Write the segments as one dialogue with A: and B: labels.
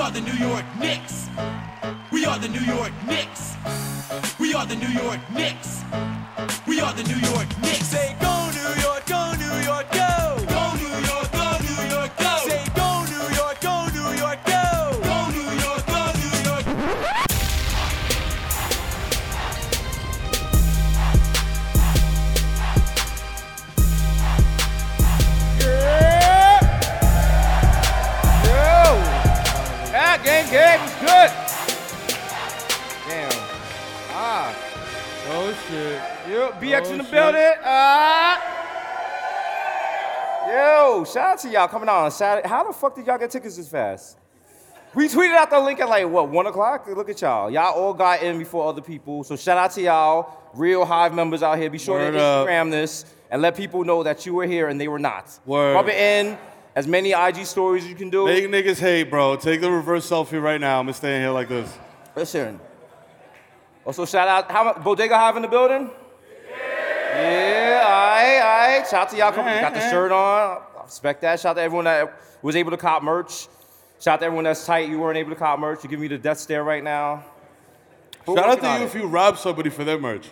A: are the New York Knicks. We are the New York Knicks. We are the New York Knicks. We are the New York Knicks. Say go New York, go New York, go. Go New York, go New York, go. Say go New York, go New York, go. Go New York, go New York.
B: Yo! That game, game was good. Damn. Ah.
C: Oh shit.
B: Yo, BX in the
C: Oh, shit.
B: building. Ah. Yo, shout out to y'all coming out on Saturday. How the fuck did y'all get tickets this fast? We tweeted out the link at like what one o'clock. Look at y'all. Y'all all got in before other people. So shout out to y'all, real Hive members out here. Be sure
C: Word
B: to
C: up.
B: Instagram this and let people know that you were here and they were not.
C: Word.
B: Rub it in as many IG stories as you can do.
C: Make niggas hate, bro. Take the reverse selfie right now. I'm gonna stay in here like this.
B: Listen. Also, shout out how mu- Bodega Hive in the building. Yeah, all right, all right. Shout out to y'all. Come,
C: Alright,
B: got the
C: alright.
B: shirt on. I respect that. Shout out to everyone that was able to cop merch. Shout out to everyone that's tight. You weren't able to cop merch. You're giving me the death stare right now. But
C: Shout out
B: working
C: to
B: on
C: you
B: it.
C: if you rob somebody for their merch.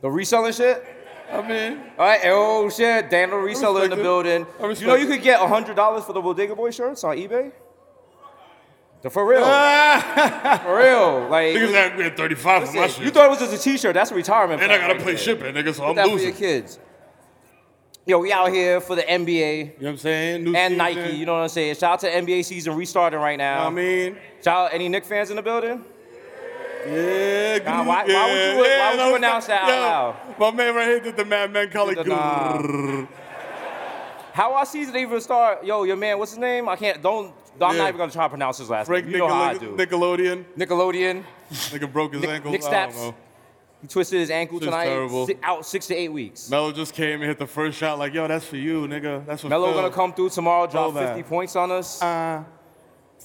B: the reselling shit.
C: I mean,
B: All right, oh shit, Daniel reseller in
C: respect
B: the
C: it.
B: building.
C: I
B: You
C: respect
B: know you
C: it.
B: could get hundred dollars for the Bodega Boy shirts on eBay. The- For real,
C: ah,
B: for real. Like
C: niggas had me at 35 for my
B: listen,
C: shit.
B: you thought it was just a T-shirt. That's a retirement.
C: and I
B: plan
C: gotta
B: right
C: play
B: there.
C: shipping, nigga, so
B: Put that
C: I'm
B: for
C: losing.
B: your kids. Yo, we out here for the NBA
C: You know what I'm saying? New
B: and
C: season.
B: Nike. You know what I'm saying? Shout out to NBA season restarting right
C: You know
B: now.
C: what I mean?
B: Shout out any Nick fans in the building? Nah,
C: Yeah, good,
B: why- why would
C: yeah,
B: you- why
C: yeah,
B: would
C: no,
B: you announce that out
C: yo, My man right here did the Mad Men call it
B: Did the nah.
C: grrrr.
B: How our season even start? Yo, your man, what's his name? I can't. Don't. I'm
C: Yeah.
B: not even gonna try to pronounce his last
C: Frank
B: name. You know how I
C: Nickel-
B: do.
C: Nickelodeon.
B: Nickelodeon.
C: Nigga broke his
B: Nick-
C: ankle.
B: Nick
C: I don't
B: Staps.
C: know.
B: He twisted his ankle
C: Shit's
B: tonight.
C: terrible.
B: si- out six to eight weeks.
C: Melo just came and hit the first shot. Like, yo, that's for you, nigga. That's for
B: Melo
C: Phil.
B: gonna come through tomorrow, drop
C: Know that.
B: 50 points on us.
C: Uh,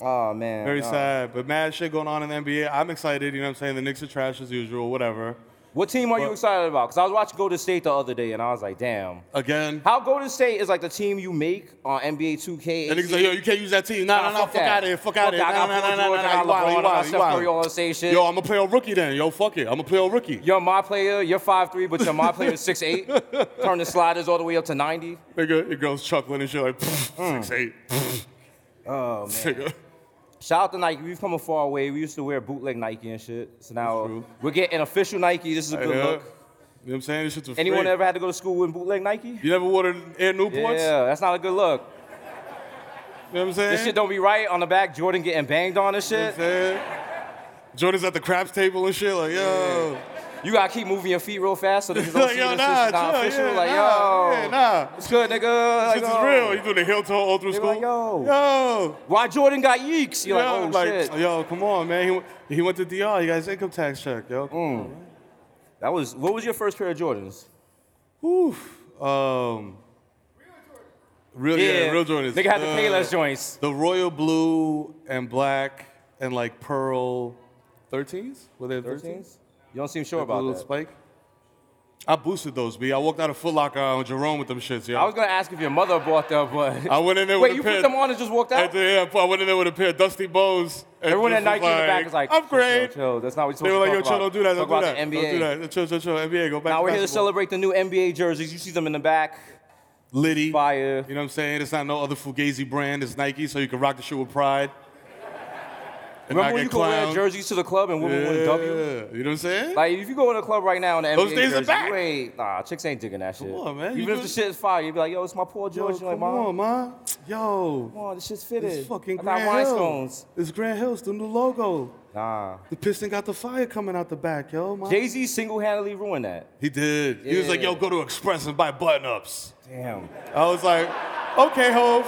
B: oh man.
C: very
B: nah.
C: sad, but mad shit going on in the NBA. I'm excited. You know what I'm saying? The Knicks are trash as usual. Whatever.
B: What team are you
C: But-
B: excited about? Because I was watching Golden State the other day, and I was like, damn.
C: Again.
B: How Golden State is like the team you make on NBA 2K.
C: And niggas like, yo, you can't use that team. Nah, nah, nah. Fuck,
B: that.
C: out of here. Fuck out of here.
B: that.
C: Nah,
B: I
C: nah,
B: got
C: nah,
B: Paul
C: nah,
B: George,
C: nah,
B: I
C: nah.
B: got
C: You wild,
B: LeBron,
C: you
B: I got
C: wild, you
B: Steph Curry,
C: wild.
B: all that same shit.
C: Yo, I'm gonna play a rookie then. Yo, fuck it. I'm gonna play a rookie.
B: You're my player. You're 5'3", but your my player is 6'8". Turn the sliders all the way up to 90.
C: Nigga, your girl's chuckling and shit like six eight.
B: Oh, man.
C: Nigga.
B: Shout out to Nike. We've come a far way. We used to wear bootleg Nike and shit. So
C: That's
B: now
C: true.
B: we're getting official Nike. This is a
C: Yeah.
B: good
C: You know
B: look.
C: what I'm saying? This shit's a
B: Anyone
C: freak.
B: ever had to go to school in bootleg Nike?
C: You never wore the Air Newports?
B: Yeah, that's not a good look.
C: You know what I'm saying?
B: This shit don't be right on the back. Jordan getting banged on and
C: You know
B: shit.
C: what I'm saying? Jordan's at the craps table and shit, like, yo.
B: You gotta keep moving your feet real fast so they don't
C: like,
B: see
C: yo,
B: this nah,
C: nah,
B: is not
C: chill,
B: official.
C: yeah,
B: like,
C: nah,
B: yo,
C: yeah, nah.
B: it's good, nigga. Like,
C: This is
B: oh.
C: real. You doing the heel toe all through
B: They
C: school?
B: like, yo.
C: Yo.
B: Why Jordan got yeeks? You're
C: yo,
B: like, oh shit.
C: yo, come on, man. He, went- he went to DR. He got his income tax check, yo.
B: Mm. That was what was your first pair of Jordans?
C: Oof. Um, real, Oh, yeah, real Jordans.
B: Nigga had to
C: Uh,
B: pay less joints.
C: The royal blue and black and like pearl 13s? Were they 13s?
B: Thirteens. You don't seem sure
C: With the
B: about
C: little
B: that.
C: spike. I boosted those, B. I walked out of Foot Locker on Jerome with them shits, yo.
B: I was gonna ask if your mother bought them, but
C: I went in there
B: wait,
C: with
B: you
C: a pair.
B: put them on and just walked
C: I
B: out.
C: did, yeah, I went in there with a pair of Dusty Bows. and
B: Everyone at
C: just
B: Nike in the back is like, chill,
C: upgrade.
B: Chill, chill. That's not what
C: They
B: you're
C: were like, yo,
B: supposed to
C: chill,
B: talk
C: don't do that. Don't
B: about.
C: do
B: Talk
C: that.
B: about the
C: Don't do
B: NBA.
C: that. Chill, chill, chill. NBA, go back
B: Now
C: to
B: we're here to
C: basketball.
B: celebrate the new NBA jerseys. You see them in the back.
C: Liddy.
B: Fire.
C: You know what I'm saying? It's not no other Fugazi brand. It's Nike, so you can rock the shoe with pride. And
B: Remember
C: not
B: when
C: get
B: you could wear
C: clowned.
B: jerseys to the club and women would W?
C: Yeah. You know what I'm saying?
B: Like if you go in a club right now and the
C: Those
B: NBA
C: things are
B: jersey,
C: back.
B: you ain't nah, chicks ain't digging that shit.
C: Come on, man.
B: Even
C: You
B: if the
C: just-
B: shit is fire, you'd be like, yo, it's my poor
C: Yo,
B: George. You're like,
C: come
B: mom,
C: on, man. Yo.
B: come on, this shit's fitted.
C: It's fucking
B: I got
C: Grand
B: rhinestones.
C: Hills. It's Grand Hills, the new logo.
B: Nah.
C: The piston got the fire coming out the back, yo. Man.
B: Jay Z single handedly ruined that.
C: He did. He was like,
B: Yeah.
C: yo, go to Express and buy button ups.
B: Damn.
C: I was like, okay, Hov.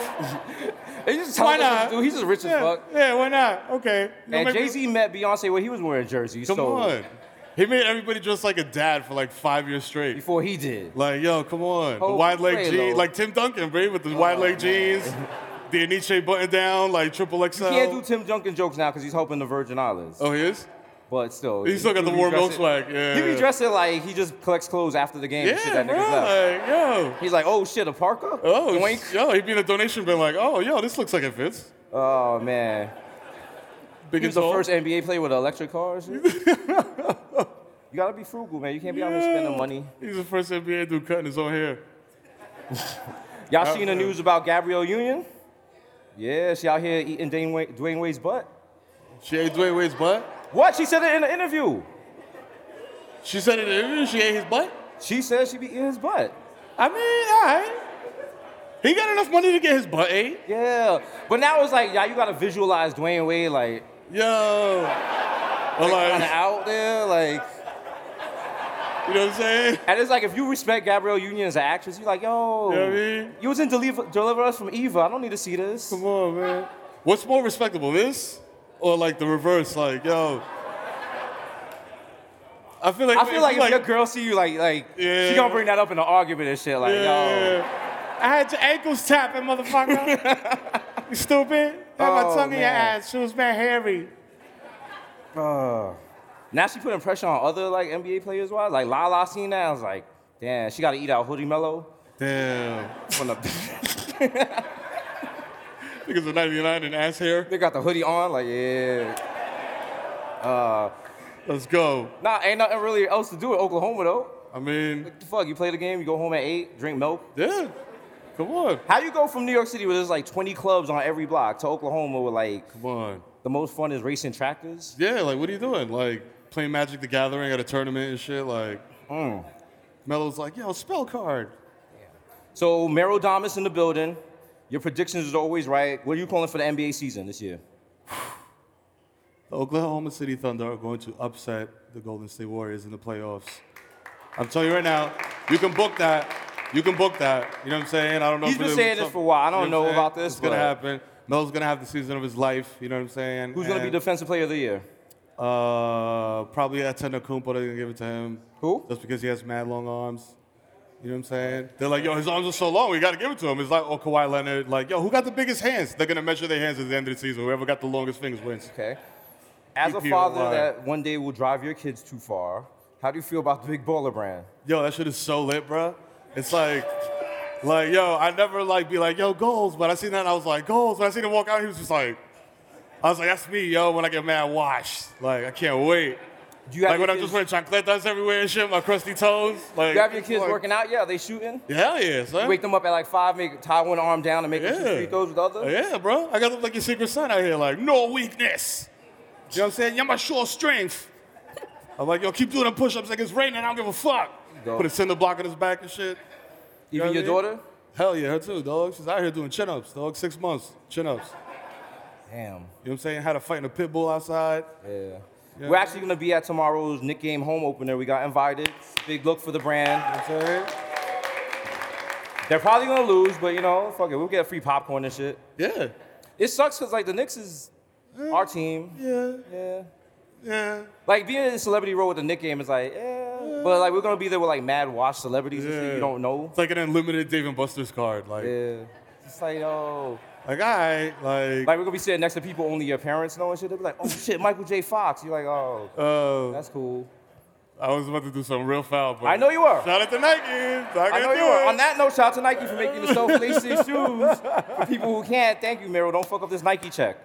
B: They just
C: Why
B: telling us what to
C: not?
B: do. He's just rich as
C: Yeah,
B: fuck.
C: yeah, why not? Okay. You
B: And
C: make me-
B: Jay Z met Beyonce when he was wearing jerseys.
C: Come
B: so
C: on. He made everybody dress like a dad for like five years straight.
B: Before he did.
C: Like, yo, come on. The
B: Hov,
C: wide
B: play,
C: leg
B: though.
C: jeans, like Tim Duncan, bro, with the wide leg jeans, the Aniche button down, like triple XL.
B: Can't do Tim Duncan jokes now because he's helping the Virgin Islands.
C: oh, he is?
B: But still,
C: He still got
B: he
C: the
B: be
C: warm milk
B: dressing-
C: swag. Yeah.
B: He be dressing like he just collects clothes after the game. and shit
C: Yeah,
B: that
C: bro.
B: niggas left.
C: Like, yo.
B: He's like, oh shit, a parka?
C: Oh,
B: Doink.
C: yo, he'd be in a donation bin like, oh, yo, this looks like it fits.
B: Oh man.
C: Big
B: He
C: and
B: was the
C: tall.
B: first NBA player with an electric car. and shit. you gotta be frugal, man. You can't be out here spending
C: Yeah.
B: money.
C: He's the first NBA dude cutting his own hair.
B: Y'all seen the news about Gabrielle Union? Yeah, she out here eating Dwayne, Wade, Dwayne Wade's butt.
C: She ate Dwayne Wade's butt.
B: What? She said it in an interview.
C: She said in the interview she ate his butt.
B: She said she be eating his butt.
C: I mean, all right. He got enough money to get his butt ate.
B: Yeah. But now it's like, y'all, you gotta visualize Dwayne Wade like
C: Yo. Or
B: kinda
C: like,
B: out there, like.
C: you know what I'm saying?
B: And it's like if you respect Gabrielle Union as an actress, you're like, yo,
C: You know what I mean?
B: you was in Deliver, Deliver Us from Eva. I don't need to see this.
C: Come on, man. What's more respectable, this or like the reverse? Like, yo. I feel like
B: I feel like if
C: yeah,
B: your girl see you like like she
C: Yeah.
B: gonna bring that up in an argument and shit like yo.
C: I had your ankles tapping, motherfucker. you stupid. I had
B: Oh,
C: my tongue in your
B: man.
C: ass. She was mad hairy.
B: Now she putting pressure on other like NBA players wise. Like Lala seen that. I was like, damn, she gotta eat out Hoodie Mello
C: Damn.
B: from the
C: Niggas are 99 and ass hair.
B: they got the hoodie on, like yeah.
C: Let's go.
B: Nah, ain't nothing really else to do in Oklahoma though.
C: I mean,
B: What the fuck? You play the game, you go home at eight, drink milk.
C: yeah. Come on.
B: How you go from New York City where there's like 20 clubs on every block to Oklahoma where like
C: Come on.
B: the most fun is racing tractors?
C: Yeah, like what are you doing? Like playing Magic the Gathering at a tournament and shit. Like,
B: Hmm.
C: Melo's like, yo, spell card.
B: So Merrill Domus in the building. Your predictions is always right. What are you calling for the NBA season this year?
C: The Oklahoma City Thunder are going to upset the Golden State Warriors in the playoffs. I'm telling you right now, you can book that. You can book that. You know what I'm saying? I don't know.
B: He's
C: if
B: been
C: it-
B: saying this for a while. I don't
C: you what
B: know
C: I'm saying?
B: about this,
C: It's gonna
B: but-
C: happen. Melo's gonna have the season of his life. You know what I'm saying?
B: Who's gonna be
C: And,
B: defensive player of the year?
C: Uh, probably Atena Kumpo. They're gonna give it to him.
B: Who?
C: Just because he has mad long arms. You know what I'm saying? They're like, yo, his arms are so long, we gotta give it to him. It's like, oh, Kawhi Leonard, like, yo, who got the biggest hands? They're gonna measure their hands at the end of the season. Whoever got the longest fingers wins.
B: Okay. As a
C: DP
B: father
C: online.
B: that one day will drive your kids too far, how do you feel about the big baller brand?
C: Yo, that shit is so lit, bruh. It's like, like, yo, I never like be like, yo, goals, but I seen that and I was like, goals. When I seen him walk out, he was just like, I was like, that's me, yo. When I get mad, washed. Like, I can't wait.
B: Do you have your
C: like when I'm
B: kids,
C: just wearing chocolates everywhere and shit, my crusty toes. Like,
B: you have your kids
C: like,
B: working out? Yeah, are they shooting?
C: Hell yeah, son.
B: Wake them up at like five, make tie one arm down and make them shoot
C: Yeah.
B: free throws with the other?
C: Yeah, bro. I got to look like your secret son out here, like, no weakness. You know what I'm saying? You're my sure strength. I'm like, yo, keep doing them push ups like it's raining, I don't give a fuck.
B: Go.
C: Put a cinder block on his back and shit.
B: Even your
C: Yeah, I mean-
B: daughter?
C: Hell yeah, her too, dog. She's out here doing chin ups, dog. Six months, chin ups.
B: Damn.
C: You know what I'm saying? Had a fight in a pit bull outside.
B: Yeah.
C: Yeah.
B: We're actually gonna be at tomorrow's Nick Game home opener. We got invited. Big look for the brand.
C: You know what I'm saying?
B: They're probably gonna lose, but you know, fuck it. We'll get free popcorn and shit.
C: Yeah.
B: It sucks because like the Knicks is our team.
C: Yeah.
B: Yeah.
C: Yeah.
B: Like being in a celebrity role with the Nick game is like, yeah. But like we're gonna be there with like mad watch celebrities and shit
C: Yeah.
B: you don't know.
C: It's like an unlimited Dave and Buster's card. Like,
B: Yeah. It's like, oh.
C: like all right, like,
B: Like we're gonna be sitting next to people only your parents know and shit. They'll be like, oh shit, Michael J. Fox. You're like, oh,
C: uh,
B: that's cool.
C: I was about to do something real foul, but
B: I know you were.
C: Shout out to Nike. I,
B: I know you were. On that note, shout out to Nike for making the self lacy shoes. For people who can't, thank you, Meryl. Don't fuck up this Nike check.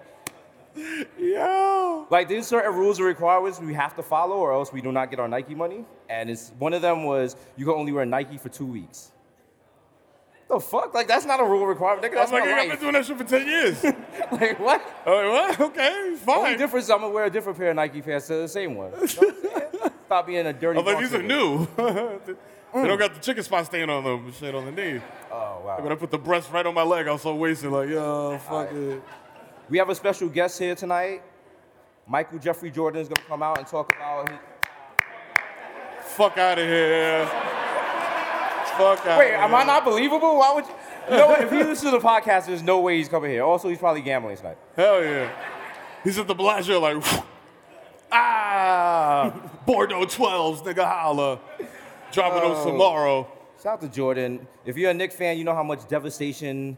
C: Yo.
B: Like there's certain rules and requirements we have to follow, or else we do not get our Nike money. And it's one of them was you can only wear Nike for two weeks. The fuck? Like that's not a rule requirement. Nigga,
C: I'm
B: that's
C: like,
B: my
C: I've been
B: life.
C: doing that shit for 10 years. I'm
B: like what?
C: like, what? Okay,
B: Only
C: fine.
B: difference is I'm gonna wear a different pair of Nike pairs to the same one. You know what I'm saying? Stop being a dirty.
C: I'm
B: punk
C: like, Oh, these are
B: nigga.
C: new. they don't got the chicken spot stain on them and shit on the knee.
B: Oh
C: I'm
B: wow.
C: gonna put the breast right on my leg. I was so wasted, like, yo, fuck it.
B: We have a special guest here tonight. Michael Jeffrey Jordan is gonna come out and talk about. His...
C: Fuck out of here. fuck out
B: Wait, am I not believable? Why would you? You know what? If he listens to the podcast, there's no way he's coming here. Also, he's probably gambling tonight.
C: Hell yeah. He's at the Bellagio, like, ah, Bordeaux 12s, nigga, holla.
B: Oh.
C: Dropping those tomorrow.
B: Shout out to Jordan. If you're a Knicks fan, you know how much devastation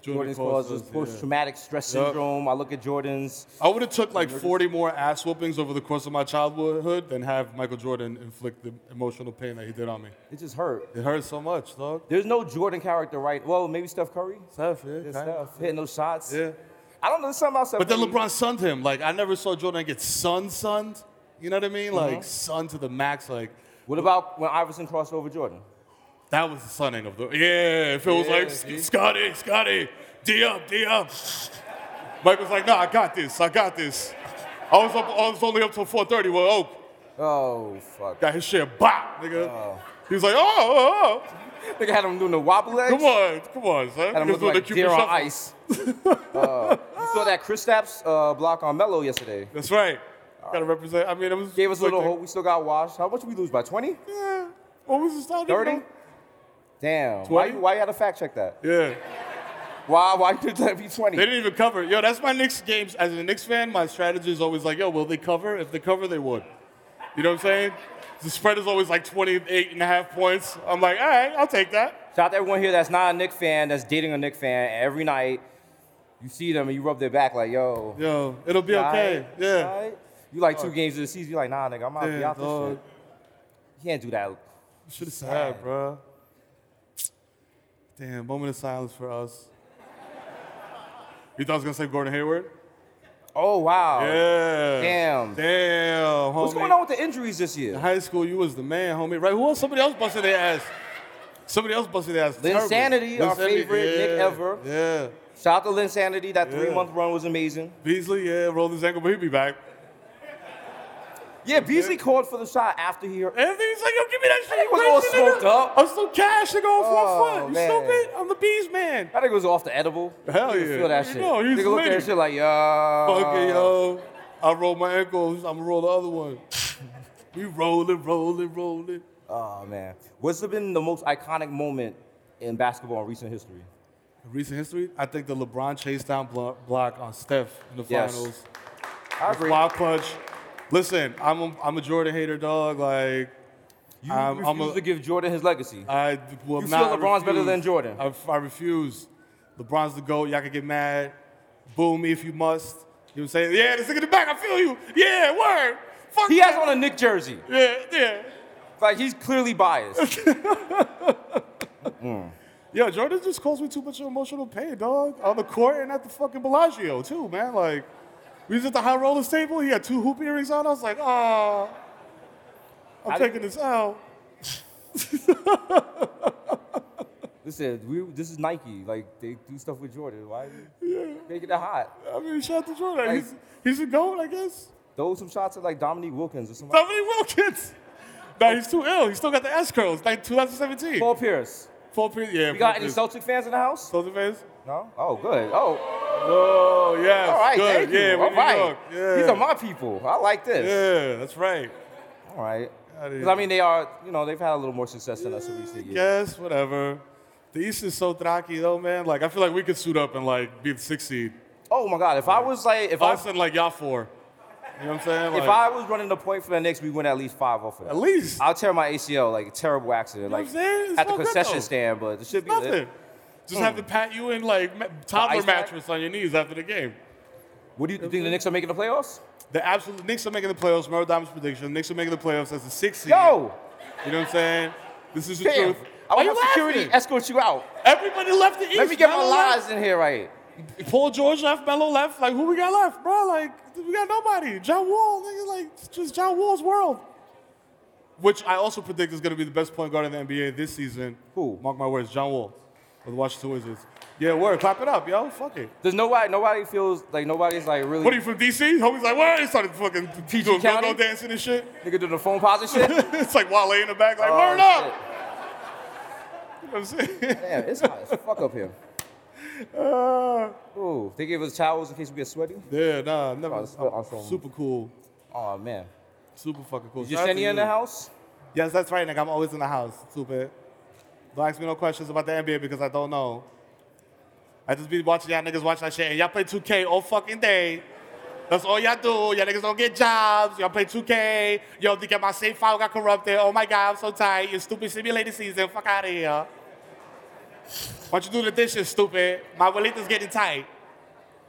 B: Jordan's causes post traumatic stress
C: Yup.
B: syndrome. I look at Jordan's.
C: I would have took like 40 more ass whoopings over the course of my childhood than have Michael Jordan inflict the emotional pain that he did on me.
B: It just hurt.
C: It hurt so much, dog.
B: There's no Jordan character, right? Well, maybe Steph Curry.
C: It's tough, yeah.
B: There's
C: kinda.
B: Steph hitting those shots.
C: Yeah.
B: I don't know. There's something about Steph.
C: But then
B: Curry.
C: LeBron sunned him. Like I never saw Jordan get sun sunned. You know what I mean? Like sun to the max. Like
B: What about when Iverson crossed over Jordan?
C: that was the sunning of the. Yeah. If it was like
B: Yeah,
C: "Sc- Scotty, Scotty, D up, D up. Michael's like, Nah, I got this. I got this. I was up. I was only up till 4:30. Well, Oak
B: Oh fuck!
C: got his shit bop, nigga. He was like, oh, oh, oh,
B: Think I had him doing the wobble legs.
C: come on, come on, son.
B: Had him
C: He was
B: looking
C: doing
B: like
C: the
B: deer
C: Cupid
B: on
C: shuffle.
B: ice. uh, you saw that Chris Stapps uh, block on Melo yesterday.
C: That's right. Gotta represent. I mean, it was
B: Gave us a little
C: like,
B: hope. We still got washed. How much did we lose by? 20?
C: Yeah. What was the starting?
B: 30? Damn. Why,
C: 20?
B: you- why you had to fact check that?
C: Yeah.
B: Why why did that be 20?
C: They didn't even cover. Yo, that's my Knicks games. As a Knicks fan, my strategy is always like, yo, will they cover? If they cover, they would. You know what I'm saying? The spread is always like 28 and a half points. I'm like, all right, I'll take that.
B: Shout out to everyone here that's not a Nick fan, that's dating a Nick fan. and Every night, you see them and you rub their back like, yo.
C: Yo, it'll be okay.
B: alright,
C: Yeah.
B: alright. You like two games of the season, you like, nah, nigga, I'm out, be
C: Yeah,
B: out this
C: dog.
B: shit. You can't do that.
C: Should have sad, bro. Damn, moment of silence for us. You thought I was gonna say Gordon Hayward?
B: Oh, wow.
C: Yeah.
B: Oh, Damn.
C: Damn.
B: What's
C: homie.
B: going on with the injuries this year?
C: In high school, you was the man, homie. Right? Who else? Somebody else busted their ass. Somebody else busted their ass.
B: The
C: Terrible.
B: Insanity,
C: The
B: our favorite Nick
C: yeah,
B: ever.
C: Yeah.
B: Shout out to Lynn Sanity. That
C: Yeah.
B: three month run was amazing.
C: Beasley, yeah, rolled his ankle, but he'll be back.
B: Yeah, Beasley called for the shot after he heard.
C: And he's like, yo, give me that shit.
B: He was all
C: crazy, nigga.
B: smoked up.
C: I'm still cash. Nigga, off
B: Oh,
C: one foot. You
B: man.
C: stupid? I'm the bees man.
B: I think it was off the edible.
C: Hell
B: You can
C: yeah.
B: Feel that
C: You
B: shit.
C: know, he's
B: Nigga looked at
C: winning.
B: that shit like, yo.
C: Fuck it, yo. I rolled my ankles. I'm gonna roll the other one. we rolling, rolling, rolling.
B: Oh man, what's been the most iconic moment in basketball in recent history?
C: In recent history, I think the LeBron chase down blo- block on Steph in the
B: Yes.
C: finals.
B: I agree.
C: Wild punch. Listen, I'm a, I'm a Jordan hater, dog. Like,
B: You
C: I'm-
B: refuse
C: Um, I'm a- Uh,
B: to give Jordan his legacy.
C: I will
B: You feel
C: not.
B: LeBron's better
C: refuse.
B: than Jordan?
C: I, I refuse. LeBron's the GOAT. Y'all can get mad. Boo me if you must. You know what I'm saying? Yeah, this nigga in the back, I feel you. Yeah, word. Fuck
B: he has
C: that.
B: on a Nick jersey.
C: Yeah, yeah.
B: Like he's clearly biased.
C: Yo, Jordan just caused me too much emotional pain, dog. On the court and at the fucking Bellagio, too, man. Like, we was at the high rollers table. He had two hoop earrings on. I was like, ah, I'm
B: I didn't-
C: taking this out.
B: Listen, we, this is Nike. Like they do stuff with Jordan. Why make it that hot?
C: I mean, shout out to Jordan.
B: Like-
C: he's, he's a goat, I guess.
B: Throw some shots at like Dominique Wilkins or somebody.
C: Dominique Wilkins. Nah, he's too ill. He still got the S curls. Like 2017.
B: Paul Pierce.
C: Four period. Yeah.
B: You got any Celtic fans in the house?
C: Soldier fans?
B: No. Oh, good. Oh,
C: No. Yes.
B: all right.
C: Good.
B: Thank you.
C: yeah. we're
B: all
C: New
B: right.
C: York. Yeah.
B: These are my people. I like this.
C: yeah. That's right.
B: All right.
C: Outta
B: 'Cause,
C: here.
B: I mean, they are. You know, they've had a little more success than us in recent years.
C: Yes. Whatever. The East is so throcky though, man. Like I feel like we could suit up and like be the sixth seed.
B: Oh my God! If I was like, if I
C: Us and like y'all four. You know what I'm saying?
B: Oh. If
C: Like,
B: I was running the point for the Knicks, we win at least five off of
C: at
B: that.
C: least
B: I'll tear my ACL, like a terrible accident,
C: know what
B: like
C: I'm saying? It's
B: at the
C: not good,
B: concession
C: though.
B: stand, but it should be lit. Hmm.
C: nothing. Just have to pat you in like ma- toddler
B: ice pack?
C: mattress on your knees after the game.
B: What do you, you think the Knicks are making the playoffs?
C: The absolute Knicks are making the playoffs. Remember Diamond's prediction. The Knicks are making the playoffs as the sixth seed.
B: Yo,
C: You know what I'm saying? This is the
B: damn!
C: truth.
B: I
C: Why
B: want
C: you
B: have security
C: laughing?
B: escort you out.
C: Everybody left the East.
B: Let me get my
C: Melo
B: lies in here right.
C: left. Paul George left. Melo left. Like who we got left, bro? Like we got nobody. John Wall. Nigga, like it's just John Wall's world. Which I also predict is going to be the best point guard in the NBA this season.
B: Who?
C: Mark my words. John Wall of the Washington Wizards. Yeah, word. Clap it up, yo. Fuck it.
B: There's nobody, nobody feels like nobody's like really.
C: What are you from DC? Homie's like, where? He started fucking
B: PG
C: doing go-go
B: County?
C: dancing and shit.
B: nigga doing the phone pause and shit?
C: it's like Wale in the back, like,
B: Oh,
C: word up.
B: shit.
C: You know what I'm saying? Uh,
B: Damn, it's hot as fuck up here. Ooh, they gave us towels in case we get sweaty.
C: Yeah, nah, never.
B: Oh, it's still awesome.
C: Super cool.
B: Oh man,
C: Super fucking cool.
B: is your
C: Shout out to
B: Yesenia in the
C: you.
B: house?
C: Yes, that's right, nigga. I'm always in the house. Stupid. Don't ask me no questions about the NBA because I don't know. I just be watching y'all niggas watch that shit, and y'all play 2K all fucking day. That's all y'all do. Y'all niggas don't get jobs. Y'all play 2K. Yo, think my safe file got corrupted. Oh my god, I'm so tired. You stupid simulated season. Fuck out of here. Why don't you do the dishes, stupid? My abuelita's getting tight.